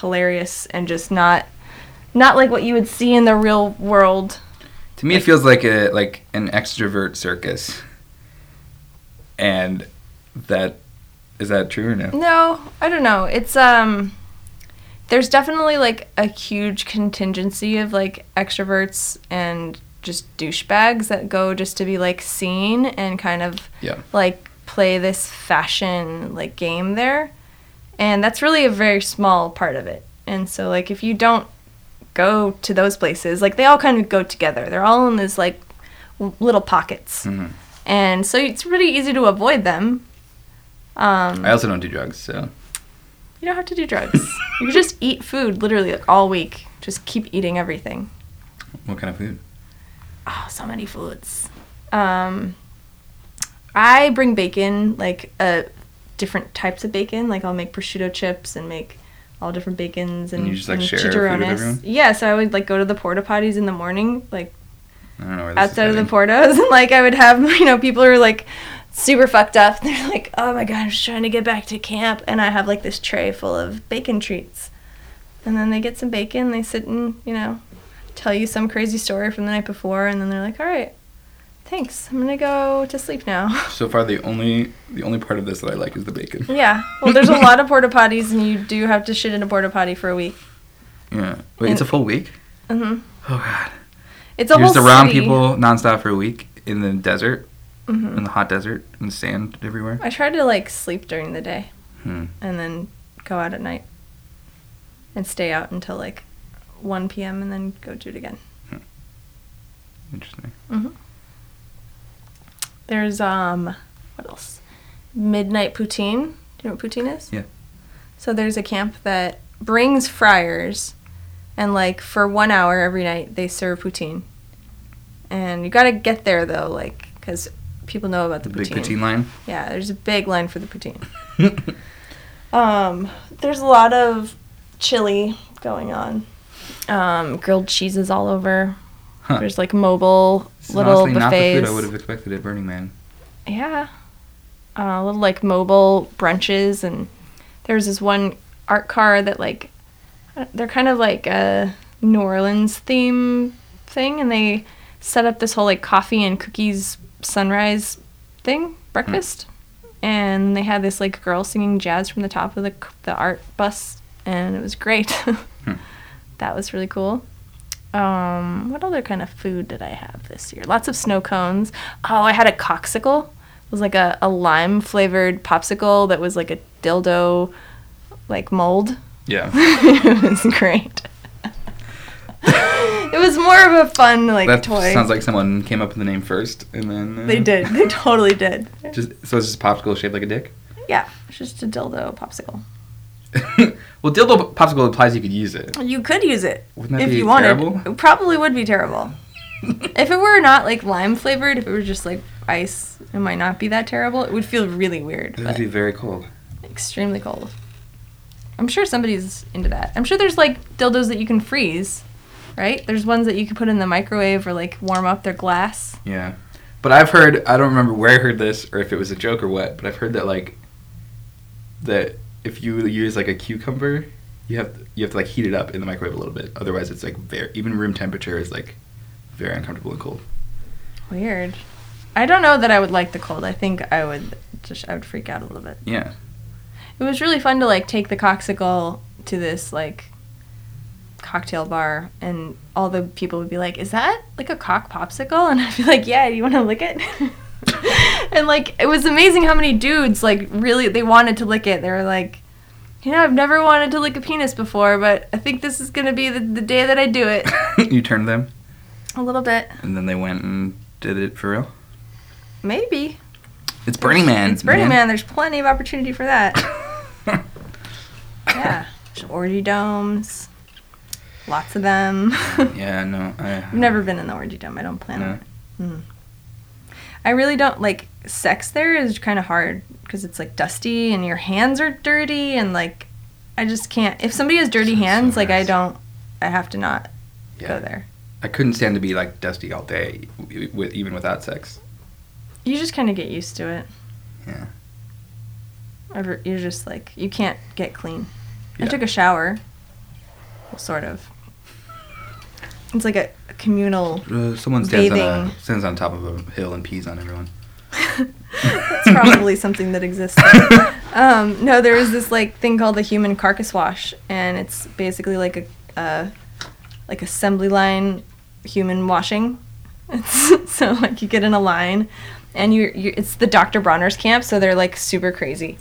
[SPEAKER 2] hilarious and just not not like what you would see in the real world.
[SPEAKER 1] To me, it feels like a like an extrovert circus. And that is that true or no?
[SPEAKER 2] No, I don't know. It's um there's definitely like a huge contingency of like extroverts and just douchebags that go just to be like seen and kind of
[SPEAKER 1] Yeah.
[SPEAKER 2] like play this fashion like game there. And that's really a very small part of it. And so like if you don't go to those places, like they all kind of go together. They're all in these like w- little pockets.
[SPEAKER 1] Mhm.
[SPEAKER 2] And so it's really easy to avoid them. Um,
[SPEAKER 1] I also don't do drugs, so
[SPEAKER 2] you don't have to do drugs. you can just eat food literally like all week. Just keep eating everything.
[SPEAKER 1] what kind of food?
[SPEAKER 2] Oh, so many foods. Um, I bring bacon, like uh, different types of bacon. Like I'll make prosciutto chips and make all different bacons and,
[SPEAKER 1] you just, like,
[SPEAKER 2] and
[SPEAKER 1] share food with
[SPEAKER 2] chicharrones.
[SPEAKER 1] everyone?
[SPEAKER 2] Yeah, so I would like go to the porta potties in the morning, like
[SPEAKER 1] I don't know where this
[SPEAKER 2] outside
[SPEAKER 1] is
[SPEAKER 2] of the
[SPEAKER 1] heading.
[SPEAKER 2] portos, <laughs> and like I would have you know people who are like super fucked up. <laughs> They're like, oh my god, I'm just trying to get back to camp, and I have like this tray full of bacon treats, and then they get some bacon, they sit and you know tell you some crazy story from the night before, and then they're like, all right, thanks, I'm gonna go to sleep now. <laughs>
[SPEAKER 1] So far, the only the only part of this that I like is the bacon.
[SPEAKER 2] yeah,
[SPEAKER 1] <laughs>
[SPEAKER 2] well, there's a lot of porta potties, and you do have to shit in a porta potty for a week.
[SPEAKER 1] Yeah. Wait, it's a
[SPEAKER 2] And-
[SPEAKER 1] full week.
[SPEAKER 2] hmm
[SPEAKER 1] Oh God.
[SPEAKER 2] It's a
[SPEAKER 1] You're
[SPEAKER 2] whole
[SPEAKER 1] just around
[SPEAKER 2] city.
[SPEAKER 1] people nonstop for a week in the desert,
[SPEAKER 2] Mhm.
[SPEAKER 1] in the hot desert, in the sand everywhere.
[SPEAKER 2] I try to like sleep during the day.
[SPEAKER 1] Hmm.
[SPEAKER 2] and then go out at night and stay out until like 1 p.m. and then go do it again.
[SPEAKER 1] Interesting.
[SPEAKER 2] There's um what else? Midnight poutine. Do you know what poutine is?
[SPEAKER 1] Yeah.
[SPEAKER 2] So there's a camp that brings friars and like for 1 hour every night they serve poutine. And you got to get there though like cuz people know about
[SPEAKER 1] The
[SPEAKER 2] the,
[SPEAKER 1] big poutine
[SPEAKER 2] <laughs>
[SPEAKER 1] line.
[SPEAKER 2] Yeah, there's a big line for the poutine. Um, there's a lot of chili going on. Um, grilled cheeses all over.
[SPEAKER 1] Huh.
[SPEAKER 2] There's like mobile
[SPEAKER 1] This is
[SPEAKER 2] little
[SPEAKER 1] honestly not the food I would
[SPEAKER 2] buffets.
[SPEAKER 1] have expected at Burning Man.
[SPEAKER 2] yeah. Uh, little like mobile brunches and there's this one art car that like uh, they're kind of like a New Orleans theme thing and they set up this whole like coffee and cookies sunrise thing breakfast and they had this like girl singing jazz from the top of the c- the art bus and it was great <laughs> that was really cool um what other kind of food did i have this year lots of snow cones oh i had a coxicle it was like a, a lime flavored popsicle that was like a dildo like mold <laughs>
[SPEAKER 1] Yeah. <laughs>
[SPEAKER 2] it was great <laughs> it was more of a fun like
[SPEAKER 1] that
[SPEAKER 2] toy
[SPEAKER 1] sounds like someone came up with the name first, and then uh,
[SPEAKER 2] they did they <laughs> totally did
[SPEAKER 1] <laughs> Just so it's just popsicle shaped like a dick. <laughs>
[SPEAKER 2] yeah it's just a dildo popsicle
[SPEAKER 1] well, dildo popsicle implies you could use it.
[SPEAKER 2] You could use it
[SPEAKER 1] Wouldn't that
[SPEAKER 2] if
[SPEAKER 1] be
[SPEAKER 2] you wanted.
[SPEAKER 1] terrible?
[SPEAKER 2] It probably would
[SPEAKER 1] <laughs>
[SPEAKER 2] be terrible. if it were not like lime flavored, if it were just like ice, it might not be that terrible. It would feel really weird,
[SPEAKER 1] It
[SPEAKER 2] but
[SPEAKER 1] would be very cold.
[SPEAKER 2] extremely cold. I'm sure somebody's into that. I'm sure there's like dildos that you can freeze, right? There's ones that you can put in the microwave or like warm up their glass.
[SPEAKER 1] Yeah. But I've heard I don't remember where I heard this or if it was a joke or what, but I've heard that like that if you use like a cucumber, you have you have to like heat it up in the microwave a little bit. Otherwise it's like very even room temperature is like very uncomfortable and cold.
[SPEAKER 2] Weird. I don't know that I would like the cold. I think I would just I would freak out a little bit.
[SPEAKER 1] Yeah. <laughs>
[SPEAKER 2] It was really fun to like take the coxicle to this like cocktail bar and all the people would be like, "Is that like a cock popsicle?" And <laughs> I'd be like, "Yeah, you want to lick it?" <laughs> and like it was amazing how many dudes like really they wanted to lick it. They were like, "You know, I've never wanted to lick a penis before, but I think this is going to be the, the day that I do it." <laughs>
[SPEAKER 1] you turned them
[SPEAKER 2] a little bit.
[SPEAKER 1] and then they went and did it for real.
[SPEAKER 2] Maybe.
[SPEAKER 1] It's Burning Man.
[SPEAKER 2] It's Burning Man. There's plenty of opportunity for that. yeah. There's orgy domes. Lots of them. <laughs>
[SPEAKER 1] yeah, no. I,
[SPEAKER 2] I've never been in the orgy dome. I don't plan on
[SPEAKER 1] No.
[SPEAKER 2] it. Mm. I really don't like sex there is kind of hard because it's like dusty and your hands are dirty and like I just can't. If somebody has dirty
[SPEAKER 1] Sounds so
[SPEAKER 2] hands, like I
[SPEAKER 1] gross.
[SPEAKER 2] don't, I have to not
[SPEAKER 1] Yeah.
[SPEAKER 2] go there.
[SPEAKER 1] I couldn't stand to be like dusty all day, w- with, even without sex.
[SPEAKER 2] You just kind of get used to it.
[SPEAKER 1] Yeah.
[SPEAKER 2] Ever- You're just like, you can't get clean. I
[SPEAKER 1] Yeah.
[SPEAKER 2] took a shower. Well, sort of. It's like a, a communal.
[SPEAKER 1] Uh, someone stands on
[SPEAKER 2] Bathing.
[SPEAKER 1] a, stands on top of a hill and pees on
[SPEAKER 2] <laughs>
[SPEAKER 1] everyone. <laughs>
[SPEAKER 2] It's probably something that exists. Um, no, there is this like thing called the human carcass wash, and it's basically like a, a like assembly line human washing. <laughs> It's, so like you get in a line, and you you it's the Dr. Bronner's camp, so they're like super crazy.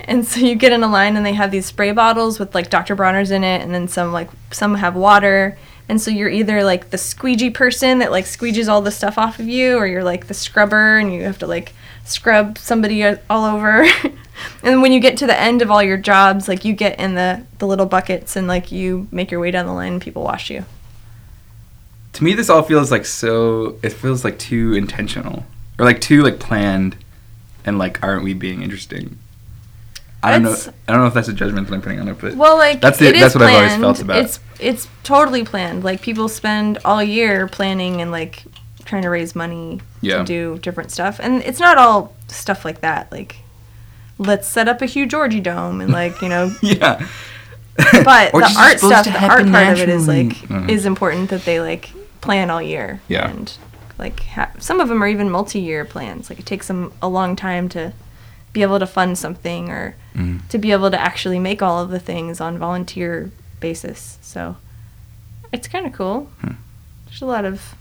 [SPEAKER 2] And so you get in a line, and they have these spray bottles with like Dr. Bronner's in it, and then some like some have water. And so you're either like the squeegee person that like squeegees all the stuff off of you, or you're like the scrubber and you have to like scrub somebody uh, all over. <laughs> and when you get to the end of all your jobs, like you get in the the little buckets and like you make your way down the line and people wash you.
[SPEAKER 1] To me, this all feels like so. It feels like too intentional, or like too like planned, and like aren't we being interesting? I don't know.
[SPEAKER 2] That's-
[SPEAKER 1] I don't know if that's a judgment that I'm putting on it, but
[SPEAKER 2] Well, like
[SPEAKER 1] That's the-
[SPEAKER 2] it is
[SPEAKER 1] that's what I've
[SPEAKER 2] planned.
[SPEAKER 1] always felt about it.
[SPEAKER 2] It's it's totally planned. Like people spend all year planning and like trying to raise money
[SPEAKER 1] Yeah.
[SPEAKER 2] to do different stuff, and it's not all stuff like that. Like let's set up a huge orgy dome and like you know.
[SPEAKER 1] <laughs> yeah.
[SPEAKER 2] <laughs>
[SPEAKER 1] <laughs>
[SPEAKER 2] But
[SPEAKER 1] Or
[SPEAKER 2] the
[SPEAKER 1] just supposed
[SPEAKER 2] art stuff,
[SPEAKER 1] to
[SPEAKER 2] the art part
[SPEAKER 1] happen
[SPEAKER 2] of it is
[SPEAKER 1] naturally.
[SPEAKER 2] like
[SPEAKER 1] Mhm.
[SPEAKER 2] is important that they like plan all year.
[SPEAKER 1] Yeah.
[SPEAKER 2] And like ha- some of them are even multi-year plans. Like it takes them a long time to be able to fund something or
[SPEAKER 1] Mm.
[SPEAKER 2] to be able to actually make all of the things on volunteer basis. So it's kind of cool.
[SPEAKER 1] Hmm.
[SPEAKER 2] There's a lot of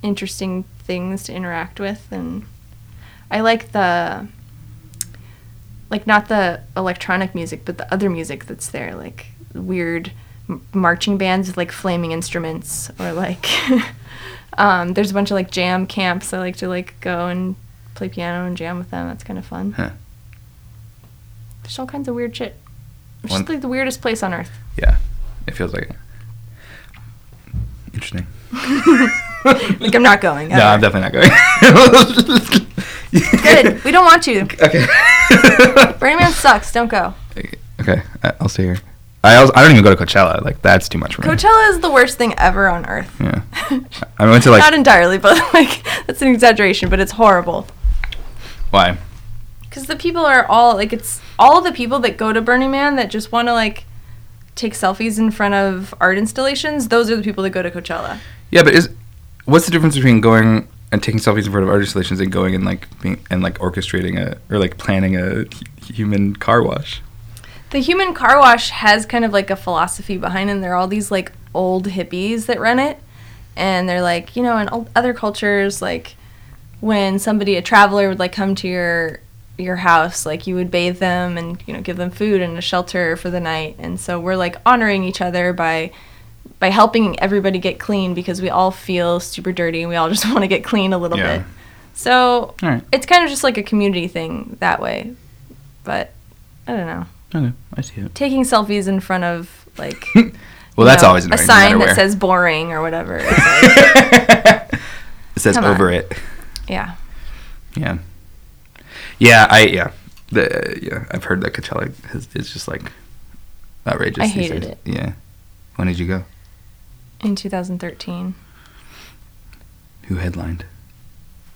[SPEAKER 2] interesting things to interact with and I like the like not the electronic music but the other music that's there like weird m- marching bands with like flaming instruments or like <laughs> um, there's a bunch of like jam camps I like to like go and play piano and jam with them that's kind of fun
[SPEAKER 1] Huh.
[SPEAKER 2] there's all kinds of weird shit. It's
[SPEAKER 1] One-
[SPEAKER 2] just like the weirdest place on earth.
[SPEAKER 1] Yeah. It feels like it. <laughs> interesting. <laughs>
[SPEAKER 2] Like I'm not going.
[SPEAKER 1] No, I'm
[SPEAKER 2] ever.
[SPEAKER 1] definitely not going.
[SPEAKER 2] Good. We don't want you.
[SPEAKER 1] <laughs>
[SPEAKER 2] <laughs>
[SPEAKER 1] Okay.
[SPEAKER 2] Burning Man sucks. Don't go.
[SPEAKER 1] Okay, I- I'll stay here. I also, I don't even go to Coachella. Like that's too much for
[SPEAKER 2] Coachella is the worst thing ever on earth.
[SPEAKER 1] me. Yeah. I went to like
[SPEAKER 2] <laughs> not entirely, but like that's an exaggeration. But it's horrible
[SPEAKER 1] why?
[SPEAKER 2] because the people are all like it's all the people that go to Burning Man that just want to like take selfies in front of art installations. Those are the people that go to Coachella.
[SPEAKER 1] Yeah, but is what's the difference between going and taking selfies in front of art installations and going and like being and like orchestrating a or like planning a hu- human car wash?
[SPEAKER 2] The human car wash has kind of like a philosophy behind it. and There are all these like old hippies that run it, and they're like, you know, in old, other cultures, like when somebody a traveler would like come to your your house, like you would bathe them and you know give them food and a shelter for the night. And so we're like honoring each other by by helping everybody get clean because we all feel super dirty and we all <laughs> just want to get clean a little
[SPEAKER 1] Yeah.
[SPEAKER 2] bit. So
[SPEAKER 1] All right.
[SPEAKER 2] it's kind of just like a community thing that way, but I don't know
[SPEAKER 1] Okay, I see it.
[SPEAKER 2] taking selfies in front of like
[SPEAKER 1] <laughs> Well,
[SPEAKER 2] you
[SPEAKER 1] that's
[SPEAKER 2] know,
[SPEAKER 1] always annoying,
[SPEAKER 2] a
[SPEAKER 1] no
[SPEAKER 2] sign
[SPEAKER 1] matter
[SPEAKER 2] that
[SPEAKER 1] where.
[SPEAKER 2] says boring or
[SPEAKER 1] <laughs>
[SPEAKER 2] whatever.
[SPEAKER 1] It says
[SPEAKER 2] Come on.
[SPEAKER 1] over it.
[SPEAKER 2] yeah,
[SPEAKER 1] Yeah. Yeah, I yeah. The, yeah, I've heard that Coachella has, is just like outrageous.
[SPEAKER 2] I
[SPEAKER 1] these
[SPEAKER 2] hated
[SPEAKER 1] days.
[SPEAKER 2] it.
[SPEAKER 1] Yeah. When did you go?
[SPEAKER 2] in 2013.
[SPEAKER 1] Who headlined?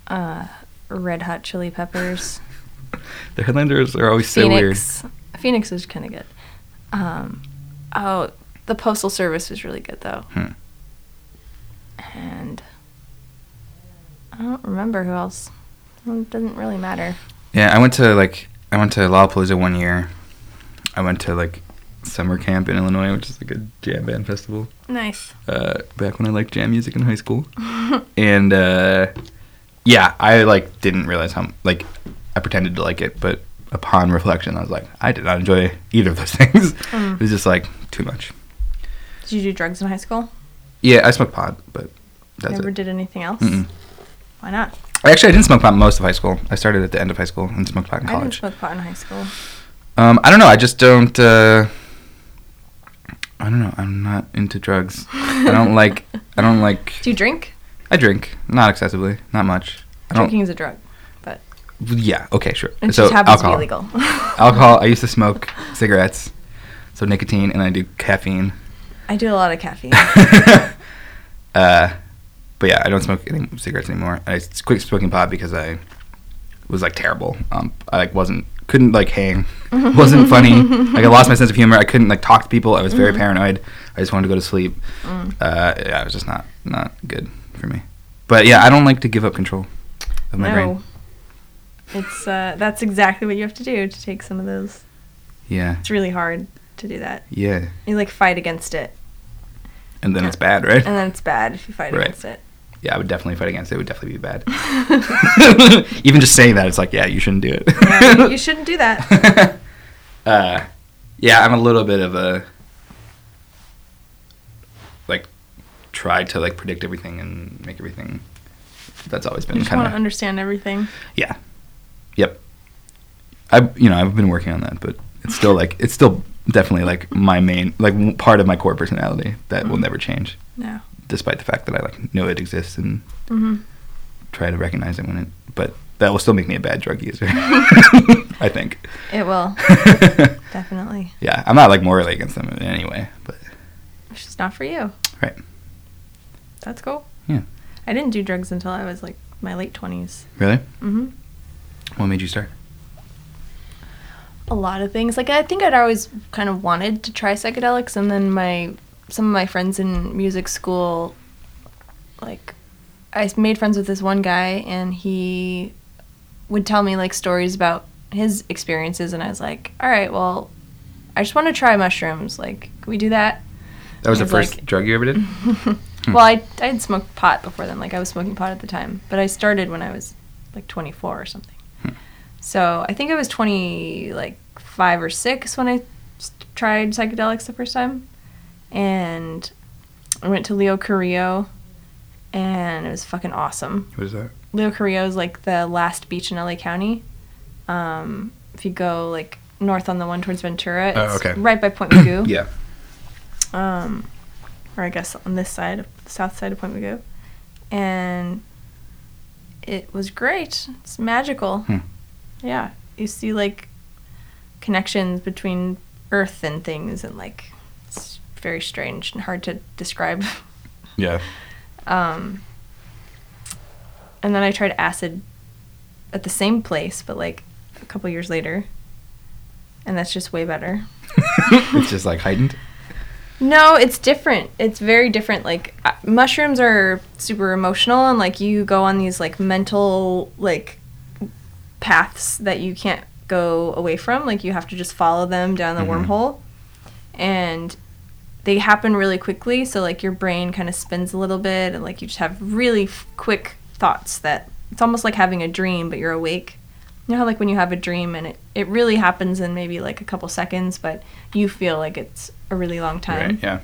[SPEAKER 2] Uh, Red Hot Chili Peppers.
[SPEAKER 1] The headliners are always so weird.
[SPEAKER 2] Phoenix. Phoenix was kind of good. Um, oh, the Postal Service was really good though.
[SPEAKER 1] Hmm.
[SPEAKER 2] And I don't remember who else. Well, It doesn't really matter.
[SPEAKER 1] Yeah, I went to like I went to Lollapalooza one year. I went to like summer camp in Illinois, which is like a jam band festival.
[SPEAKER 2] Nice.
[SPEAKER 1] Uh, back when I liked jam music in high school, <laughs> and uh, yeah, I like didn't realize how like I pretended to like it, but upon reflection, I was like, I did not enjoy either of those <laughs> things.
[SPEAKER 2] Mm.
[SPEAKER 1] It was just like too much.
[SPEAKER 2] Did you do drugs in high school?
[SPEAKER 1] Yeah, I smoked pot, but that's
[SPEAKER 2] Never
[SPEAKER 1] it.
[SPEAKER 2] did anything else.
[SPEAKER 1] Mm-mm.
[SPEAKER 2] Why not?
[SPEAKER 1] Actually, I didn't smoke pot most of high school. I started at the end of high school and smoked pot in
[SPEAKER 2] I didn't
[SPEAKER 1] college.
[SPEAKER 2] smoke pot in high school.
[SPEAKER 1] Um, I don't know. I just don't. Uh, I don't know. I'm not into drugs. I
[SPEAKER 2] <laughs>
[SPEAKER 1] don't like. I don't like.
[SPEAKER 2] Do you drink?
[SPEAKER 1] I drink, not excessively, not much. I don't.
[SPEAKER 2] Drinking is a drug.
[SPEAKER 1] Yeah. Okay. Sure.
[SPEAKER 2] It
[SPEAKER 1] so
[SPEAKER 2] just happens
[SPEAKER 1] alcohol.
[SPEAKER 2] to be <laughs> legal.
[SPEAKER 1] alcohol. I used to smoke <laughs> cigarettes, so nicotine, and I do caffeine. <laughs>
[SPEAKER 2] I do a lot of caffeine.
[SPEAKER 1] uh, but yeah, I don't smoke any cigarettes anymore. I s- quit smoking pot because I was like terrible. Um, I like wasn't couldn't like
[SPEAKER 2] <laughs>
[SPEAKER 1] hang. wasn't funny. Like I lost my sense of humor. I couldn't like talk to people. I was very paranoid. I just wanted to go to sleep.
[SPEAKER 2] Mm-hmm. Mm.
[SPEAKER 1] Uh, yeah, it was just not not good for me. But yeah, I don't like to give up control of my
[SPEAKER 2] no.
[SPEAKER 1] brain.
[SPEAKER 2] It's uh, that's exactly what you have to do to take some of those.
[SPEAKER 1] Yeah,
[SPEAKER 2] It's really hard to do that.
[SPEAKER 1] yeah.
[SPEAKER 2] You like fight against it,
[SPEAKER 1] And then it's bad, right?
[SPEAKER 2] and then it's bad if you fight
[SPEAKER 1] Right.
[SPEAKER 2] against it. <laughs>
[SPEAKER 1] Yeah, I would definitely fight against it. It would definitely be bad. <laughs> Even just saying that, it's like, yeah, you shouldn't do it. <laughs>
[SPEAKER 2] Yeah, you shouldn't do that.
[SPEAKER 1] uh, yeah, I'm a little bit of a like try to like predict everything and make everything. That's always
[SPEAKER 2] You
[SPEAKER 1] been
[SPEAKER 2] just want
[SPEAKER 1] kind
[SPEAKER 2] to
[SPEAKER 1] of
[SPEAKER 2] understand everything.
[SPEAKER 1] yeah, yep. I you know I've been working on that, but it's still like it's still definitely like my main like w- part of my core personality that
[SPEAKER 2] Mm-hmm.
[SPEAKER 1] will never change,
[SPEAKER 2] No.
[SPEAKER 1] despite the fact that I like know it exists and
[SPEAKER 2] Mm-hmm.
[SPEAKER 1] try to recognize it when it. But that will still make me a bad drug user. I think. <laughs>
[SPEAKER 2] It will definitely.
[SPEAKER 1] yeah, I'm not like morally against them in any way, but
[SPEAKER 2] It's just not for you.
[SPEAKER 1] Right.
[SPEAKER 2] That's cool.
[SPEAKER 1] Yeah.
[SPEAKER 2] I didn't do drugs until I was like my late twenties.
[SPEAKER 1] really,
[SPEAKER 2] Mm-hmm.
[SPEAKER 1] what made you start?
[SPEAKER 2] a lot of things. Like I think I'd always kind of wanted to try psychedelics, and then my some of my friends in music school, like I s- made friends with this one guy, and he would tell me like stories about his experiences, and I was like, all right, well, I just want to try mushrooms. Like, can we do that?
[SPEAKER 1] That was the
[SPEAKER 2] It's
[SPEAKER 1] first
[SPEAKER 2] like-
[SPEAKER 1] drug you
[SPEAKER 2] <laughs>
[SPEAKER 1] ever did. Hmm.
[SPEAKER 2] Well, I I had smoked pot before then. Like I was smoking pot at the time, but I started when I was like 24 or something.
[SPEAKER 1] Hmm.
[SPEAKER 2] So I think I was 20 like five or six when I s- tried psychedelics the first time, and I went to Leo Carrillo, and it was fucking awesome.
[SPEAKER 1] What is that?
[SPEAKER 2] Leo Carrillo is like the last beach in LA County. Um, if you go like north on the one towards Ventura, it's
[SPEAKER 1] Oh, okay.
[SPEAKER 2] right by
[SPEAKER 1] <clears throat>
[SPEAKER 2] Point Magoo
[SPEAKER 1] Yeah,
[SPEAKER 2] um, or I guess on this side, of the south side of Point Magoo, and it was great. It's magical.
[SPEAKER 1] Hmm.
[SPEAKER 2] Yeah, you see like connections between Earth and things, and like it's very strange and hard to describe. <laughs>
[SPEAKER 1] yeah.
[SPEAKER 2] Um, and then I tried acid at the same place, but like a couple years later, and that's just way better.
[SPEAKER 1] it's just like heightened.
[SPEAKER 2] No, it's different. It's very different. Like uh, mushrooms are super emotional, and like you go on these like mental like paths that you can't go away from. Like you have to just follow them down the
[SPEAKER 1] Mhm.
[SPEAKER 2] wormhole, and they happen really quickly. So like your brain kind of spins a little bit, and like you just have really f- quick thoughts that it's almost like having a dream, but you're awake. You know how like when you have a dream and it, it really happens in maybe like a couple seconds, but you feel like it's a really long time
[SPEAKER 1] Right. Yeah.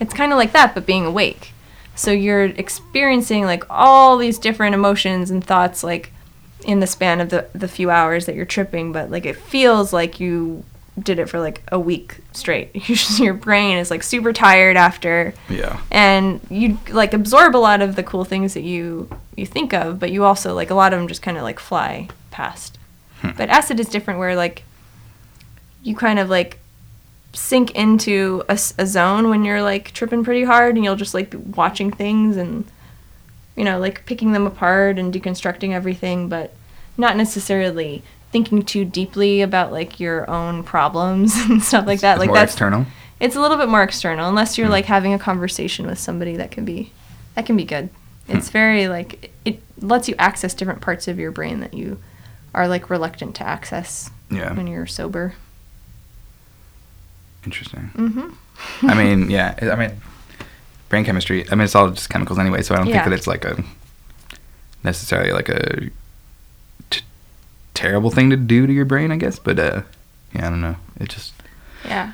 [SPEAKER 2] it's kind of like that but being awake so you're experiencing like all these different emotions and thoughts like in the span of the, the few hours that you're tripping but like it feels like you did it for like a week straight <laughs> your brain is like super tired after
[SPEAKER 1] Yeah.
[SPEAKER 2] and you like absorb a lot of the cool things that you you think of but you also like a lot of them just kind of like fly past but acid is different where like you kind of like sink into a, s- a zone when you're like tripping pretty hard and you'll just like be watching things and you know like picking them apart and deconstructing everything but not necessarily thinking too deeply about like your own problems <laughs> and stuff like that
[SPEAKER 1] It's
[SPEAKER 2] like
[SPEAKER 1] more
[SPEAKER 2] that's
[SPEAKER 1] external.
[SPEAKER 2] it's a little bit more external unless
[SPEAKER 1] Hmm.
[SPEAKER 2] you're like having a conversation with somebody that can be that can be good
[SPEAKER 1] Hmm.
[SPEAKER 2] it's very like it lets you access different parts of your brain that you are like reluctant to access
[SPEAKER 1] Yeah.
[SPEAKER 2] when you're sober
[SPEAKER 1] Interesting.
[SPEAKER 2] mm-hmm
[SPEAKER 1] I mean, yeah. I mean, brain chemistry. I mean, it's all just chemicals anyway, so I don't
[SPEAKER 2] Yeah.
[SPEAKER 1] think that it's like a necessarily like a t- terrible thing to do to your brain, I guess. But uh, yeah, I don't know. It just
[SPEAKER 2] yeah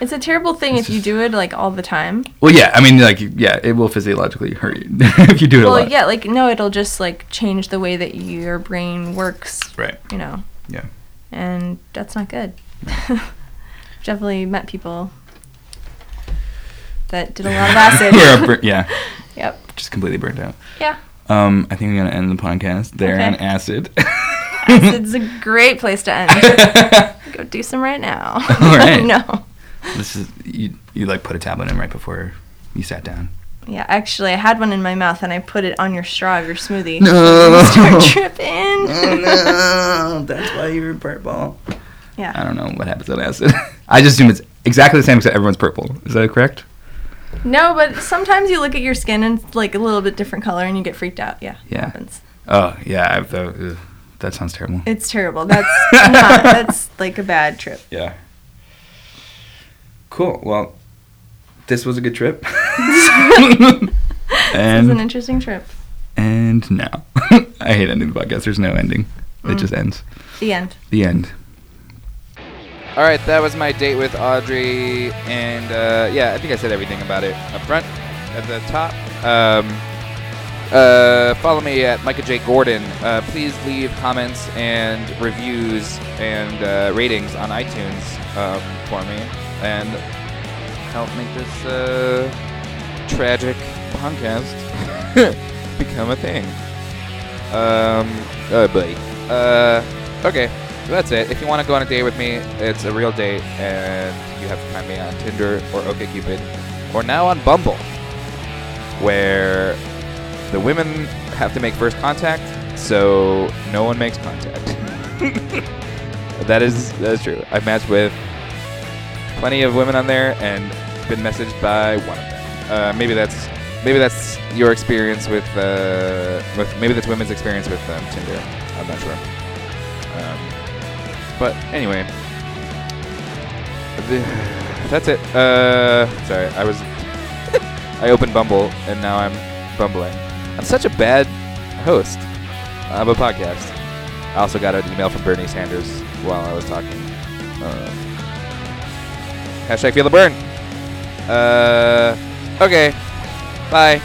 [SPEAKER 2] it's a terrible thing
[SPEAKER 1] It's
[SPEAKER 2] if you
[SPEAKER 1] just-
[SPEAKER 2] do it like all the time
[SPEAKER 1] well, yeah. I mean, like, yeah, it will physiologically hurt you <laughs> if you do it a
[SPEAKER 2] well
[SPEAKER 1] lot.
[SPEAKER 2] yeah like no it'll just like change the way that your brain works
[SPEAKER 1] Right.
[SPEAKER 2] you know
[SPEAKER 1] Yeah.
[SPEAKER 2] and that's not good <laughs> definitely met people that did
[SPEAKER 1] <laughs>
[SPEAKER 2] a lot of acid
[SPEAKER 1] We're
[SPEAKER 2] <laughs>
[SPEAKER 1] up for- yeah,
[SPEAKER 2] yep
[SPEAKER 1] just completely burnt out.
[SPEAKER 2] yeah
[SPEAKER 1] Um, I think we're gonna end the podcast there
[SPEAKER 2] Okay.
[SPEAKER 1] on acid. <laughs>
[SPEAKER 2] It's a great place to end. Go do some right
[SPEAKER 1] <laughs>
[SPEAKER 2] now.
[SPEAKER 1] All right.
[SPEAKER 2] no.
[SPEAKER 1] <laughs> this is you. You like put a tablet in right before you sat down.
[SPEAKER 2] Yeah, actually, I had one in my mouth and I put it on your straw of your
[SPEAKER 1] <laughs>
[SPEAKER 2] smoothie.
[SPEAKER 1] No.
[SPEAKER 2] You Start
[SPEAKER 1] <laughs>
[SPEAKER 2] tripping.
[SPEAKER 1] Oh, no, Uh. that's why you're purple. I
[SPEAKER 2] yeah.
[SPEAKER 1] don't know what happens on acid. <laughs> I just assume it's exactly the same except everyone's purple. Is that correct?
[SPEAKER 2] No, but sometimes you look at your skin and it's like a little bit different color and you get freaked out. Yeah. it
[SPEAKER 1] Yeah.
[SPEAKER 2] Happens.
[SPEAKER 1] Oh yeah, I've, uh, ugh, that sounds terrible.
[SPEAKER 2] It's terrible. That's
[SPEAKER 1] <laughs>
[SPEAKER 2] not. That's like a bad trip.
[SPEAKER 1] Yeah. Cool. Well, this was a good trip.
[SPEAKER 2] This is an
[SPEAKER 1] <laughs> and
[SPEAKER 2] interesting trip.
[SPEAKER 1] and now, <laughs> I hate ending the podcast. There's no ending. It just ends.
[SPEAKER 2] The end.
[SPEAKER 1] The end.
[SPEAKER 4] All right, that was my date with Audrey, and uh, yeah, I think I said everything about it up front at the top. Um, uh, follow me at Micah J Gordon. Uh, please leave comments and reviews and uh, ratings on iTunes um, for me, and help make this uh, tragic podcast <laughs> become a thing. Um, oh boy. Uh, okay, that's it. If you want to go on a date with me, it's a real date, and you have to find me on Tinder or OkCupid, or now on Bumble, where the women have to make first contact, so no one makes contact. <laughs> that is that is true. I've matched with plenty of women on there and been messaged by one of them. Uh, maybe that's maybe that's your experience with uh, with maybe that's women's experience with um, Tinder. I'm not sure. Um, but anyway, the- that's it. Uh, sorry, I was <laughs> I opened Bumble and now I'm bumbling. I'm such a bad host of a podcast. I also got an email from Bernie Sanders while I was talking. Uh, Hashtag feel the burn. Uh, okay. Bye.